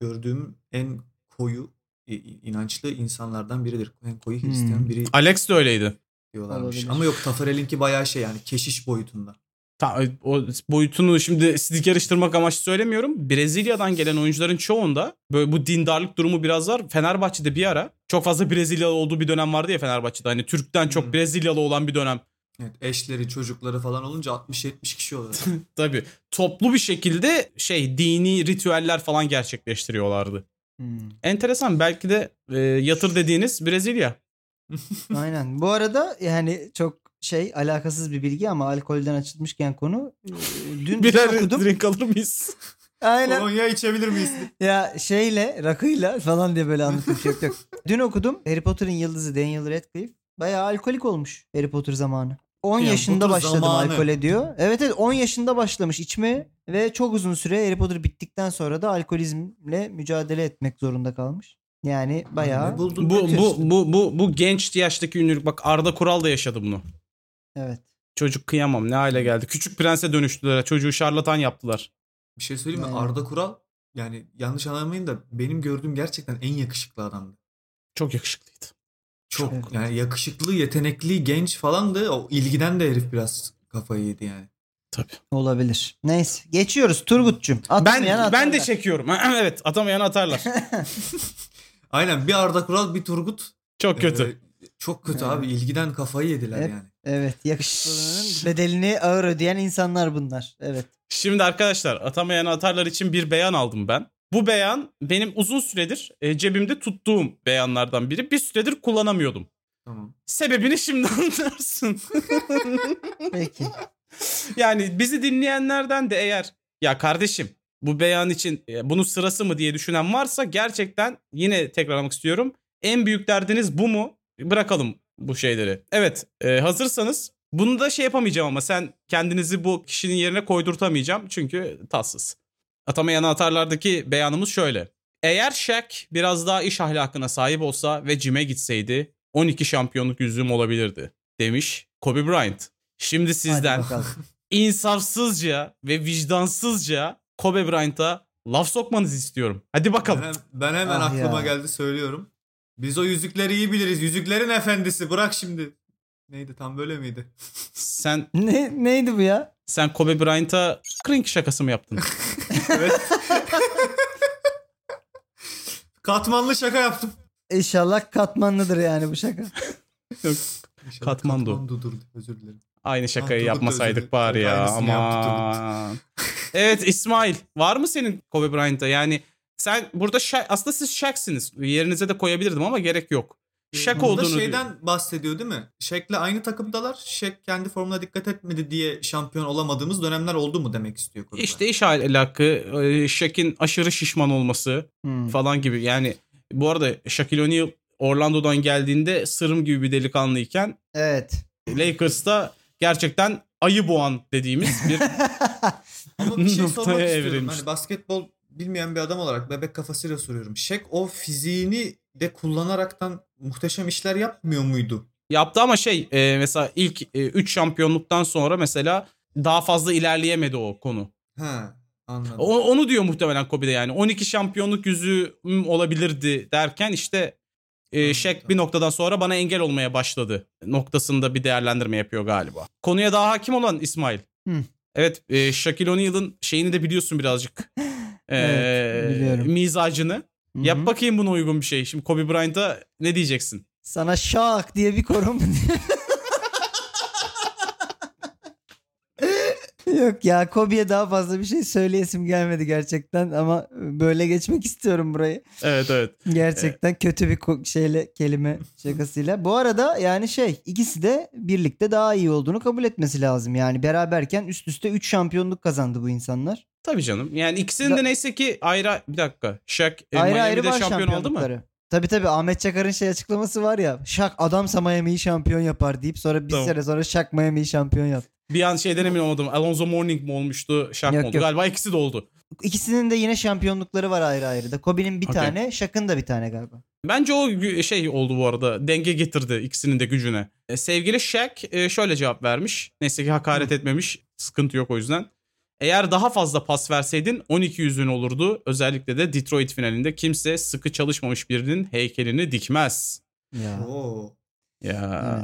S4: gördüğüm en koyu i- i- inançlı insanlardan biridir. En koyu Hristiyan
S2: Hmm.
S4: biri
S3: Alex de öyleydi.
S4: diyorlarmış.
S2: Olabilir.
S4: Ama yok Tafarel'inki bayağı şey yani keşiş boyutunda.
S3: Ta, o boyutunu şimdi sidik yarıştırmak amaçlı söylemiyorum. Brezilya'dan gelen oyuncuların çoğunda böyle bu dindarlık durumu biraz var. Fenerbahçe'de bir ara çok fazla Brezilyalı olduğu bir dönem vardı ya Fenerbahçe'de. Hani Türk'ten çok
S4: Hı.
S3: Brezilyalı olan bir dönem.
S4: Evet, eşleri, çocukları falan olunca 60-70 kişi oluyor.
S3: Tabii toplu bir şekilde şey dini ritüeller falan gerçekleştiriyorlardı.
S2: Hmm.
S3: Enteresan belki de e, yatır dediğiniz Brezilya.
S2: Aynen. Bu arada yani çok şey alakasız bir bilgi ama alkolden açılmışken konu e, dün bir
S3: Birer
S2: okudum.
S3: drink alır mıyız?
S2: Aynen.
S4: Kolonya içebilir miyiz?
S2: Ya şeyle rakıyla falan diye böyle anlatmış. yok yok. Dün okudum Harry Potter'ın yıldızı Daniel Radcliffe bayağı alkolik olmuş Harry Potter zamanı. 10
S4: Yani
S2: yaşında
S4: Potter
S2: başladım
S4: zamanı.
S2: alkole diyor. Evet evet 10 yaşında başlamış içmeye ve çok uzun süre Harry Potter bittikten sonra da alkolizmle mücadele etmek zorunda kalmış. Yani bayağı
S4: Ne buldun?
S3: Bu,
S4: Ne
S3: bu,
S4: diyorsun?
S3: bu, bu, bu genç yaştaki ünlülük bak Arda Kural da yaşadı bunu.
S2: evet.
S3: Çocuk kıyamam ne hale geldi. Küçük prense dönüştüler. Çocuğu şarlatan yaptılar.
S4: Bir şey söyleyeyim mi?
S2: Aynen.
S4: Arda Kural yani yanlış anlamayın da benim gördüğüm gerçekten en yakışıklı adamdı.
S3: Çok yakışıklıydı.
S4: Çok
S2: Evet.
S4: yani yakışıklı, yetenekli, genç falan da o ilgiden de herif biraz kafayı yedi yani.
S3: Tabii.
S2: Olabilir. Neyse geçiyoruz Turgut'cum.
S3: Ben
S2: Atmayan
S3: ben de şey-
S2: atarlar.
S3: çekiyorum. evet atamayan atarlar.
S4: Aynen bir Arda Kural bir Turgut.
S3: Çok kötü.
S4: Ee, çok kötü
S2: Evet.
S4: abi ilgiden kafayı yediler
S2: Hep-
S4: yani.
S2: Evet yakışıklılığının bedelini ağır ödeyen insanlar bunlar. Evet.
S3: Şimdi arkadaşlar atamayan atarlar için bir beyan aldım ben. Bu beyan benim uzun süredir e, cebimde tuttuğum beyanlardan biri. Bir süredir kullanamıyordum.
S4: Tamam.
S3: Sebebini şimdi anlarsın.
S2: Peki.
S3: Yani bizi dinleyenlerden de eğer ya kardeşim bu beyan için e, bunun sırası mı diye düşünen varsa gerçekten yine tekrarlamak istiyorum. En büyük derdiniz bu mu? Bırakalım bu şeyleri. Evet e, hazırsanız bunu da şey yapamayacağım ama sen kendinizi bu kişinin yerine koydurtamayacağım çünkü tatsız. Atamayan'a atarlardaki beyanımız şöyle. Eğer Shaq biraz daha iş ahlakına sahip olsa ve cime gitseydi 12 şampiyonluk yüzüğüm olabilirdi demiş Kobe Bryant. Şimdi sizden
S2: Hadi bakalım.
S3: insafsızca ve vicdansızca Kobe Bryant'a laf sokmanızı istiyorum. Hadi
S4: Ben,
S3: bakalım.
S4: hem- ben hemen
S2: Ah
S4: aklıma
S2: ya.
S4: geldi söylüyorum. Biz o yüzükleri iyi biliriz. Yüzüklerin efendisi bırak şimdi. Neydi tam böyle miydi?
S3: Sen
S2: Ne, neydi bu ya?
S3: sen Kobe Bryant'a kring şakası mı yaptın?
S4: Evet. Katmanlı şaka yaptım.
S2: İnşallah katmanlıdır yani bu şaka.
S4: İnşallah
S3: Katmandu.
S4: Katmandu'dur. Özür dilerim.
S3: Aynı şakayı
S4: Ah, durduk da
S3: yapmasaydık
S4: özledim.
S3: bari
S4: Yok,
S3: ya.
S4: aynısını yaptık, durduk.
S3: Aman. evet İsmail var mı senin Kobe Bryant'a? Yani sen burada Shaq- aslında siz Shaq'siniz. Yerinize de koyabilirdim ama gerek yok. Shaq
S4: Burada
S3: olduğunu
S4: Ee, şeyden bahsediyor değil mi? Shaq'le aynı takımdalar. Shaq kendi formuna dikkat etmedi diye şampiyon olamadığımız dönemler oldu mu demek istiyor. Kurban.
S3: işte iş alakı, e, Shaq'in aşırı şişman olması.
S2: Hmm.
S3: falan gibi. Yani bu arada Shaquille O'Neal Orlando'dan geldiğinde sırım gibi bir delikanlıyken
S2: Evet.
S3: Lakers'ta gerçekten ayı boğan dediğimiz bir
S4: Ama bir şey sormak
S3: noktaya
S4: istiyorum.
S3: evrilmiş.
S4: Hani basketbol bilmeyen bir adam olarak bebek kafasıyla soruyorum. Shaq o fiziğini de kullanaraktan muhteşem işler yapmıyor muydu?
S3: yaptı ama şey e, mesela ilk 3 şampiyonluktan sonra mesela daha fazla ilerleyemedi o konu.
S4: Ha anladım.
S3: O- onu diyor muhtemelen Kobe'de yani 12 şampiyonluk yüzü olabilirdi derken işte e, Shaq bir noktadan sonra bana engel olmaya başladı noktasında bir değerlendirme yapıyor galiba. Konuya daha hakim olan İsmail.
S2: Hı.
S3: Evet e, Shaquille O'Neal'ın şeyini de biliyorsun birazcık. E,
S2: Evet, biliyorum.
S3: Mizacını. Yap
S2: Hı hı.
S3: bakayım buna uygun bir şey. Şimdi Kobe Bryant'a ne diyeceksin?
S2: Sana şak diye bir korum. Yok ya Kobe'ye daha fazla bir şey söyleyesim gelmedi gerçekten ama böyle geçmek istiyorum burayı.
S3: Evet evet.
S2: Gerçekten kötü bir ko- şeyle kelime şakasıyla. Bu arada yani şey ikisi de birlikte daha iyi olduğunu kabul etmesi lazım. Yani beraberken üst üste 3 şampiyonluk kazandı bu insanlar.
S3: Tabii canım. Yani ikisinin
S2: Da-
S3: de neyse ki ayrı bir dakika. Shaq e,
S2: ayrı ayrı
S3: Miami'de
S2: var
S3: şampiyon oldu mu?
S2: şampiyonlukları. Tabii tabii Ahmet Çakar'ın şey açıklaması var ya. Şak adamsa Miami'yi şampiyon yapar deyip sonra bir
S3: Tamam.
S2: sene sonra Şak Miami'yi şampiyon yaptı.
S3: Bir an şeyden emin olmadım. Alonzo Mourning mi olmuştu, Shaq mı
S2: Yok,
S3: oldu?
S2: yok.
S3: Galiba ikisi de oldu.
S2: İkisinin de yine şampiyonlukları var ayrı ayrı da. Kobe'nin bir
S3: Okey.
S2: tane, Şak'ın da bir tane galiba.
S3: Bence o gü- şey oldu bu arada. Denge getirdi ikisinin de gücüne. E, sevgili Shaq e, şöyle cevap vermiş. Neyse ki hakaret etmemiş. Sıkıntı yok o yüzden. Eğer daha fazla pas verseydin 12 yüzün olurdu. Özellikle de Detroit finalinde kimse sıkı çalışmamış birinin heykelini dikmez.
S2: Ya.
S4: Oo.
S3: Ya.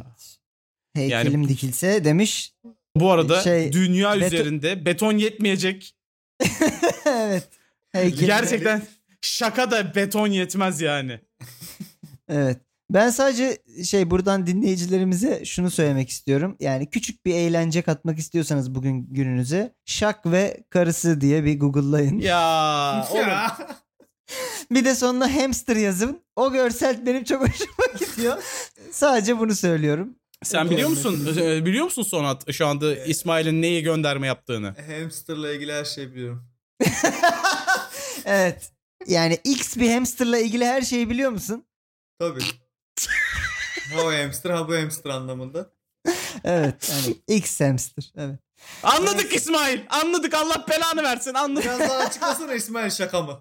S2: Evet. Heykelim dikilse demiş.
S3: Bu arada
S2: Şey,
S3: dünya
S2: beton-
S3: üzerinde beton yetmeyecek.
S2: evet. Heykelim.
S4: Ger-
S3: Gerçekten şaka da beton yetmez yani.
S2: Evet. Ben sadece şey buradan dinleyicilerimize şunu söylemek istiyorum. Yani küçük bir eğlence katmak istiyorsanız bugün gününüze Şak ve karısı diye bir Google'layın.
S3: Ya oğlum
S4: Ya.
S2: Bir de sonuna hamster yazın. O görsel benim çok hoşuma gidiyor. Sadece bunu söylüyorum.
S3: sen biliyor musun e, biliyor musun Sonat şu anda İsmail'in neyi gönderme yaptığını?
S4: Hamsterla ilgili her şeyi biliyorum.
S2: Evet. Yani X bir hamsterla ilgili her şeyi biliyor musun?
S4: Tabii. ha o hamster ha bu hamster anlamında.
S2: Evet. Yani X hamster. Evet.
S3: Anladık İsmail. Anladık. Allah belanı versin. Anladık.
S4: Biraz daha açıklasana İsmail şakamı.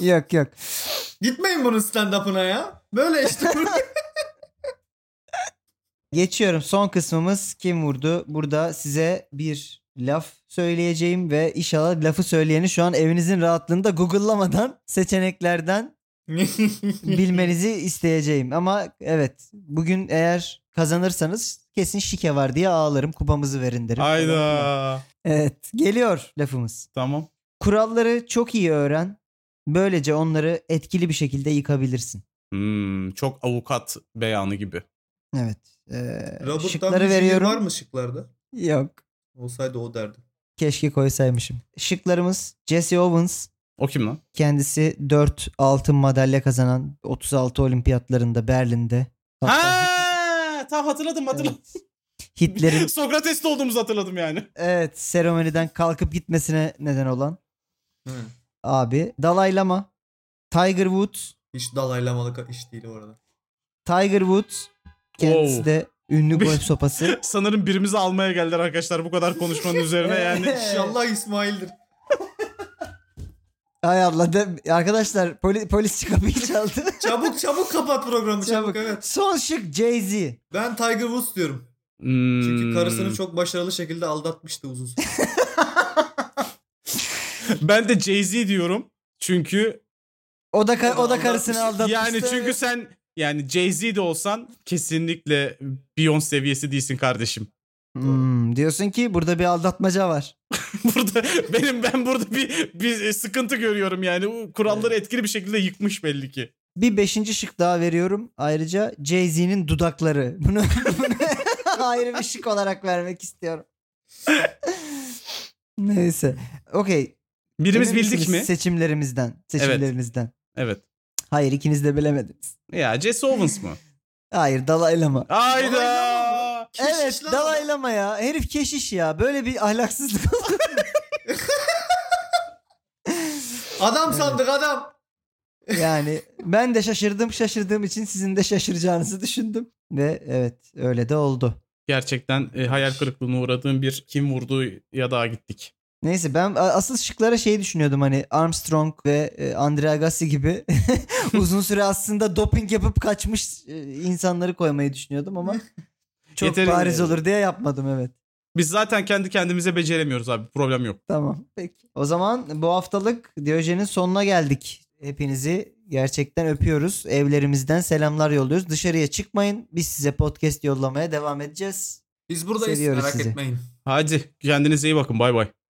S2: Yok yok.
S4: Gitmeyin bunun stand-up'ına ya. Böyle işte.
S2: Geçiyorum son kısmımız kim vurdu? Burada size bir laf söyleyeceğim ve inşallah lafı söyleyeni şu an evinizin rahatlığında Google'lamadan seçeneklerden bilmenizi isteyeceğim. Ama evet bugün eğer kazanırsanız kesin şike var diye ağlarım kupamızı verin derim.
S3: Hayda.
S2: Evet geliyor lafımız.
S3: Tamam.
S2: Kuralları çok iyi öğren. Böylece onları etkili bir şekilde yıkabilirsin.
S3: Hmm, çok avukat beyanı gibi.
S2: Evet. Ee,
S4: Robert
S2: şıkları
S4: Downey
S2: veriyorum.
S4: veriyorum. şey var mı şıklarda?
S2: Yok.
S4: Olsaydı o derdi.
S2: Keşke koysaymışım. Şıklarımız Jesse Owens.
S3: O kim lan?
S2: Kendisi 4 altın madalya kazanan 36 olimpiyatlarında Berlin'de. Hatta
S3: Ha, tam hatırladım hatırladım.
S2: Hitler'in
S3: Sokrates'te olduğumuzu hatırladım yani.
S2: evet seremoniden kalkıp gitmesine neden olan
S4: Hı.
S2: abi. Dalai Lama, Tiger Woods,
S4: Hiç dalaylamalık iş değil bu arada.
S2: Tiger Woods kendisi
S3: Wow.
S2: de ünlü golf sopası.
S3: Sanırım birimizi almaya geldiler arkadaşlar bu kadar konuşmanın üzerine yani.
S4: İnşallah İsmail'dir.
S2: Hay Allah de, arkadaşlar poli, polis kapıyı çaldı.
S4: Çabuk çabuk kapat programı çabuk,
S2: Çabuk.
S4: evet.
S2: Son şık Jay-Z.
S4: Ben Tiger Woods diyorum.
S3: Hmm.
S4: Çünkü karısını çok başarılı şekilde aldatmıştı uzun süre.
S3: Ben de Jay-Z diyorum. Çünkü
S2: O da ka- o da
S4: Allah'ım.
S2: karısını aldatmıştı.
S3: yani çünkü sen Yani Jay-Z de olsan kesinlikle Beyoncé seviyesi değilsin kardeşim.
S2: Hmm, diyorsun ki burada bir aldatmaca var.
S3: burada benim ben burada bir, bir sıkıntı görüyorum yani. Bu Kuralları etkili bir şekilde yıkmış belli ki.
S2: Bir beşinci şık daha veriyorum. Ayrıca Jay-Z'nin dudakları. Bunu, bunu ayrı bir şık olarak vermek istiyorum. Neyse. Okey.
S3: Birimiz
S2: Emin
S3: bildik
S2: misiniz
S3: mi?
S2: Seçimlerimizden. Seçimlerimizden.
S3: Evet.
S2: Hayır ikiniz de bilemediniz.
S3: Ya Jesse Owens mı?
S2: Hayır Dalai Lama.
S3: Hayda.
S4: Keşiş
S2: evet
S4: lan
S2: Dalai Lama ya. Herif keşiş ya. Böyle bir ahlaksızlık oldu.
S4: Adam sandık adam.
S2: yani ben de şaşırdım. Şaşırdığım için sizin de şaşıracağınızı düşündüm. Ve evet öyle de oldu.
S3: Gerçekten e, hayal kırıklığına uğradığım bir kim vurdu ya daha gittik.
S2: Neyse ben a- asıl şıklara şey düşünüyordum hani Armstrong ve e, Andre Agassi gibi uzun süre aslında doping yapıp kaçmış e, insanları koymayı düşünüyordum ama çok
S3: Yeterince
S2: bariz
S3: yani.
S2: olur diye yapmadım evet.
S3: Biz zaten kendi kendimize beceremiyoruz abi. Problem yok.
S2: Tamam peki. O zaman bu haftalık Diyojen'in sonuna geldik. Hepinizi gerçekten öpüyoruz. Evlerimizden selamlar yolluyoruz. Dışarıya çıkmayın. Biz size podcast yollamaya devam edeceğiz.
S4: Biz buradayız
S2: Seviyoruz
S4: merak
S2: sizi.
S4: etmeyin.
S3: Hadi kendinize iyi bakın. Bay bay.